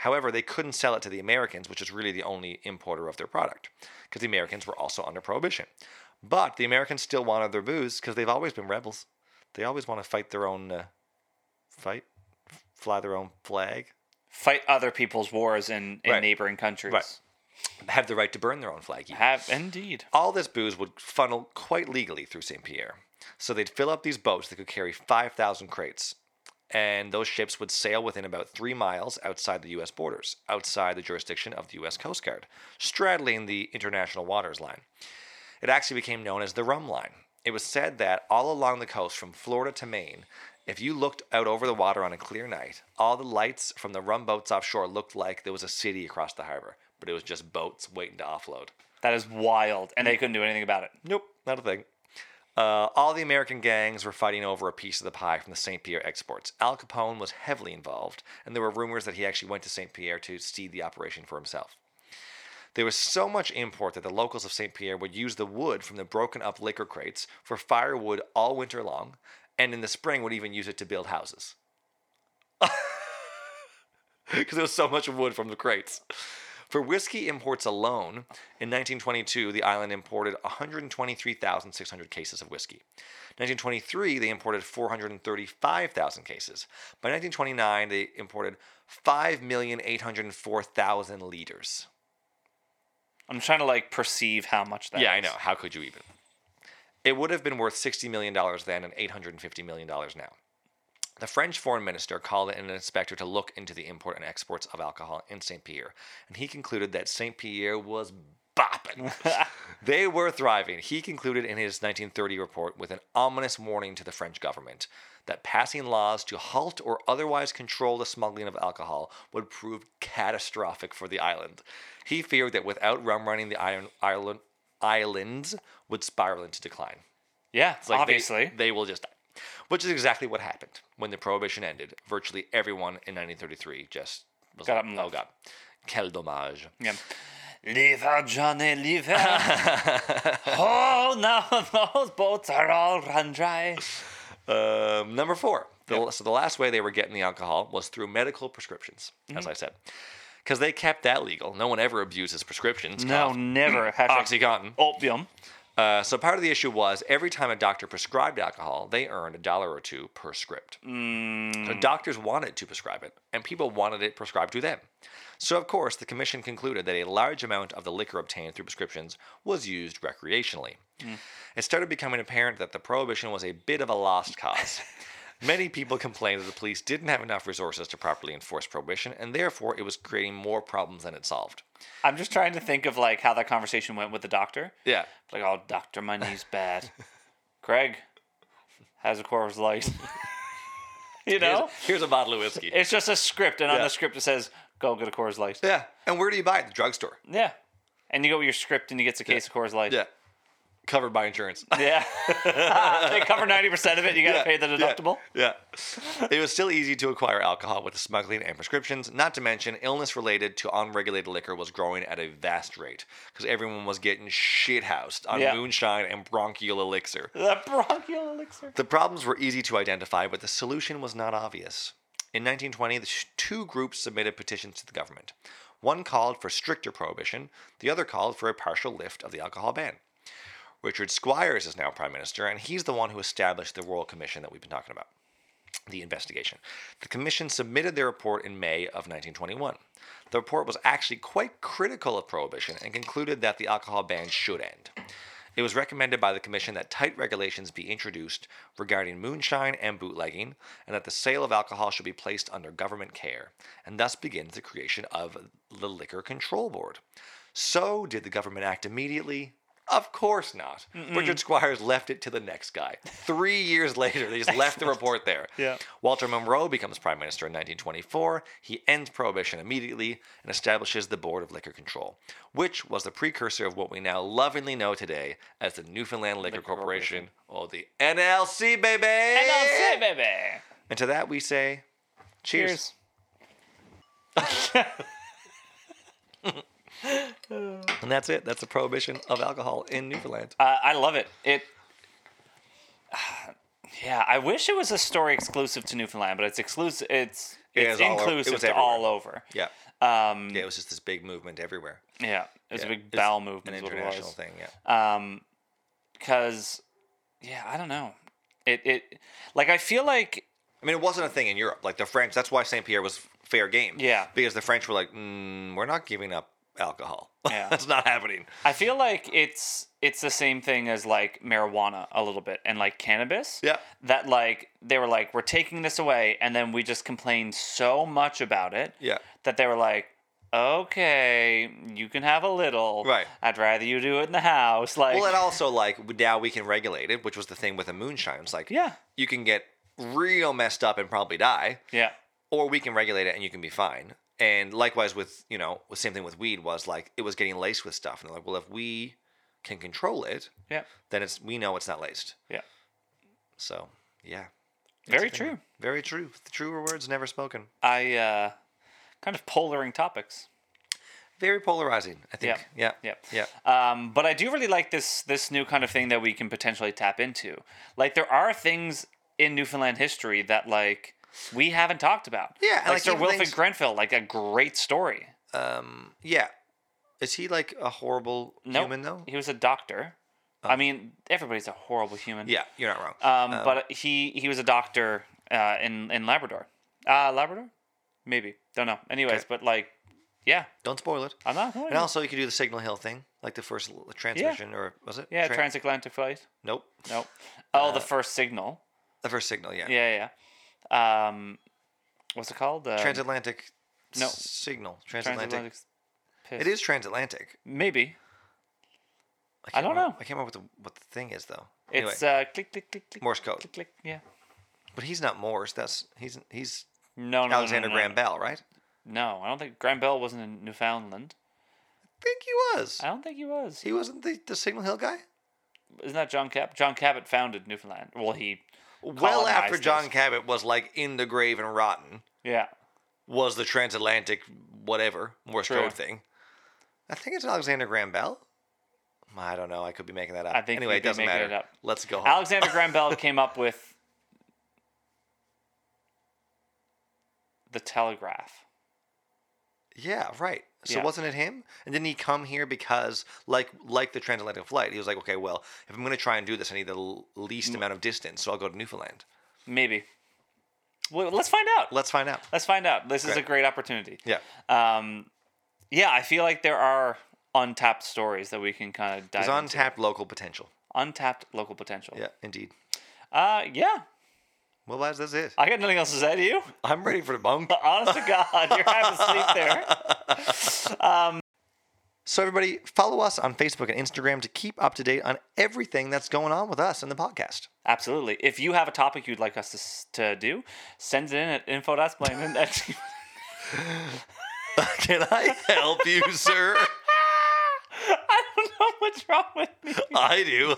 However, they couldn't sell it to the Americans, which is really the only importer of their product, because the Americans were also under prohibition. But the Americans still wanted their booze because they've always been rebels. They always want to fight their own uh, fight, fly their own flag. fight other people's wars in, in Right. neighboring countries. Right. have the right to burn their own flag. even. Have indeed. All this booze would funnel quite legally through St. Pierre. So they'd fill up these boats that could carry 5,000 crates. And those ships would sail within about three miles outside the U.S. borders, outside the jurisdiction of the U.S. Coast Guard, straddling the international waters line. It actually became known as the Rum Line. It was said that all along the coast from Florida to Maine, if you looked out over the water on a clear night, all the lights from the rum boats offshore looked like there was a city across the harbor, but it was just boats waiting to offload. That is wild, and they couldn't do anything about it. Nope, not a thing. Uh, all the American gangs were fighting over a piece of the pie from the St. Pierre exports. Al Capone was heavily involved, and there were rumors that he actually went to St. Pierre to see the operation for himself. There was so much import that the locals of St. Pierre would use the wood from the broken up liquor crates for firewood all winter long, and in the spring would even use it to build houses. Because there was so much wood from the crates. For whiskey imports alone, in 1922, the island imported 123,600 cases of whiskey. 1923, they imported 435,000 cases. By 1929, they imported 5,804,000 liters. I'm trying to like perceive how much that yeah, I is. know. How could you even? It would have been worth $60 million then and $850 million now. The French foreign minister called in an inspector to look into the import and exports of alcohol in St. Pierre, and he concluded that St. Pierre was bopping. they were thriving. He concluded in his 1930 report with an ominous warning to the French government that passing laws to halt or otherwise control the smuggling of alcohol would prove catastrophic for the island. He feared that without rum running, the iron, island, islands would spiral into decline. Yeah, Like, they- obviously. They, will just die. Which is exactly what happened when the prohibition ended. Virtually everyone in 1933 just was Got like, up and oh left." god, quel dommage. yeah. Lever, Johnny, lever. oh, now those boats are all run dry. Um, number four. The, So the last way they were getting the alcohol was through medical prescriptions, Mm-hmm. as I said, because they kept that legal. No one ever abuses prescriptions. No, cough. never. Ah. Hashtag OxyContin. Opium. Uh, so part of the issue was every time a doctor prescribed alcohol, they earned a dollar or two per script. So doctors wanted to prescribe it, and people wanted it prescribed to them. So of course, the commission concluded that a large amount of the liquor obtained through prescriptions was used recreationally. It started becoming apparent that the prohibition was a bit of a lost cause. Many people complained that the police didn't have enough resources to properly enforce prohibition, and therefore it was creating more problems than it solved. I'm just trying to think of like how that conversation went with the doctor. Yeah. Like, oh, doctor, my knee's bad. Craig, how's a Coors Light? you Here's, know? here's a bottle of whiskey. It's just a script, and on Yeah. the script it says, go get a Coors Light. Yeah. And where do you buy it? The drugstore. Yeah. And you go with your script and you get a case of Coors Light. Yeah. Covered by insurance. Yeah. they cover 90% of it. You got to pay the Yeah, deductible. Yeah. it was still easy to acquire alcohol with the smuggling and prescriptions, not to mention illness related to unregulated liquor was growing at a vast rate because everyone was getting shithoused on Yeah. moonshine and bronchial elixir. The bronchial elixir. The problems were easy to identify, but the solution was not obvious. In 1920, the sh- two groups submitted petitions to the government. One called for stricter prohibition, the other called for a partial lift of the alcohol ban. Richard Squires is now prime minister, and he's the one who established the Royal Commission that we've been talking about the investigation. The commission submitted their report in May of 1921. The report was actually quite critical of prohibition and concluded that the alcohol ban should end. It was recommended by the commission that tight regulations be introduced regarding moonshine and bootlegging, and that the sale of alcohol should be placed under government care, and thus begins the creation of the Liquor Control Board. So, did the government act immediately? Of course not. Richard Squires left it to the next guy. Three years later, they just left the report there. Yeah. Walter Monroe becomes prime minister in 1924. He ends prohibition immediately and establishes the Board of Liquor Control, which was the precursor of what we now lovingly know today as the Newfoundland Liquor, Corporation, or the NLC, baby. NLC, baby. And to that we say, cheers. Cheers. And that's it. That's the prohibition of alcohol in Newfoundland. Uh, I love it. It. Yeah, I wish it was a story exclusive to Newfoundland, but it's exclusive. It's It it's is all over- it inclusive was to everywhere. all over. yeah. Um, Yeah, it was just this big movement everywhere. yeah, it was Yeah. a big It's bowel movement. An is what it international was. thing, yeah. um because yeah i don't know it it like i feel like I mean, it wasn't a thing in Europe. Like the French, that's why Saint Pierre was fair game. Yeah. because the French were like, mm, we're not giving up alcohol. Yeah. that's not happening. i feel like it's it's the same thing as like marijuana a little bit and like cannabis Yeah. that like they were like we're taking this away and then we just complained so much about it Yeah. that they were like okay you can have a little Right. i'd rather you do it in the house like Well, and also like now we can regulate it, which was the thing with the moonshine. It's like, Yeah. you can get real messed up and probably die, yeah or we can regulate it and you can be fine. And likewise with you know, the same thing with weed was like it was getting laced with stuff, and they're like, well, if we can control it, yeah then it's we know it's not laced. yeah So yeah, very It's a thing. true very true. The truer words never spoken. i uh kind of polaring topics very polarizing. I think. Yeah. Yeah. Yeah. Um, but I do really like this this new kind of thing that we can potentially tap into. Like there are things in Newfoundland history that like we haven't talked about. Yeah, and, like, like, Sir even Wilfrid things- Grenfell, like a great story. Um, yeah. Is he like a horrible Nope. human though? Oh. He was a doctor. I mean, everybody's a horrible human. Yeah, you're not wrong. Um, but he he was a doctor uh, in in Labrador. Uh, Labrador, maybe. Don't know. Anyways, but like, yeah, Don't spoil it. I'm not. And also, you could do the Signal Hill thing, like the first l- transmission, or was it? yeah, Tran- transatlantic flight. nope. Nope. Uh, Oh, the first signal. The first Signal, yeah. Yeah, yeah. Um, what's it called? Um, Transatlantic. No. s- Signal. Transatlantic. transatlantic. Piss. It is transatlantic. maybe. don't can't remember- know. I can't remember what the what the thing is though. Anyway, It's uh, click click click click. Morse code. Click click. Yeah. But he's not Morse. That's he's he's Oh, No, no, no, Alexander no, no, Graham no. Bell, right? No, I don't think Graham Bell wasn't in Newfoundland. I think he was. I don't think he was. He wasn't the, the Signal Hill guy. Isn't that John Cap? John Cabot founded Newfoundland. Well, he. Well, after colonized John us. Cabot was like in the grave and rotten, Yeah. was the transatlantic whatever Morse True. code thing. I think it's Alexander Graham Bell. Hmm, I don't know. I could be making that up. I think anyway, you'd it be doesn't making it matter. up. Let's go home. Alexander Graham Bell came up with the telegraph. Yeah, right. So Yeah. wasn't it him? And didn't he come here because, like, like the transatlantic flight, he was like, okay, well, if I'm going to try and do this, I need the l- least Mm. amount of distance, so I'll go to Newfoundland. Maybe. Well, let's find out. Let's find out. Let's find out. This is a Great. great opportunity. Yeah, Um, yeah, I feel like there are untapped stories that we can kind of dive it's into. untapped local potential. untapped local potential. Yeah, indeed. Uh, yeah. Well, lads, that's it. I got nothing else to say to you. I'm ready for the bunk. Honest to God, you're half asleep there. So, everybody, follow us on Facebook and Instagram to keep up to date on everything that's going on with us and the podcast. Absolutely. If you have a topic you'd like us to, s- to do, send it in at info.splain. Can I help you, sir? I don't know what's wrong with I do.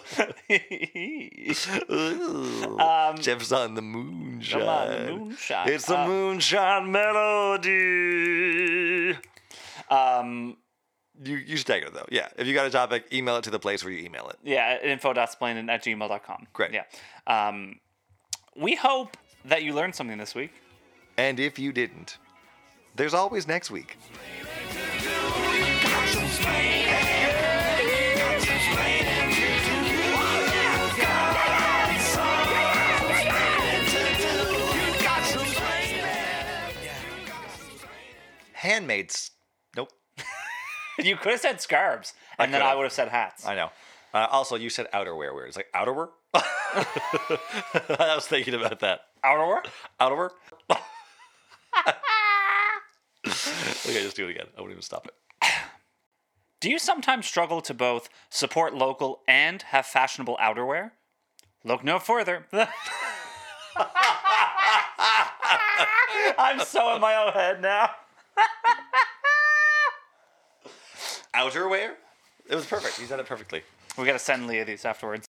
me. Ooh, Jeff's on the moonshine. Come on, the moonshine. It's Um, the Um, Uh, moonshine melody. Um, You you stagger though. Yeah. If you got a topic, email it to the place where you email it. yeah, info.splain at gmail.com. Great. Yeah. Um, we hope that you learned something this week. And if you didn't, there's always next week. Got some splaining. Got some splaining to do. Got some splaining to do. You got some splaining. Handmaids. Nope. You could have said scarves, and then could've. I would have said hats. I know. Uh, also, you said outerwear weird. It's like outerwear. I was thinking about that. Outerwear? Outerwear. okay, just do it again. I wouldn't even stop it. Do you sometimes struggle to both support local and have fashionable outerwear? Look no further. I'm so in my own head now. Outerwear. It was perfect. You said it perfectly. We gotta send Leah these afterwards.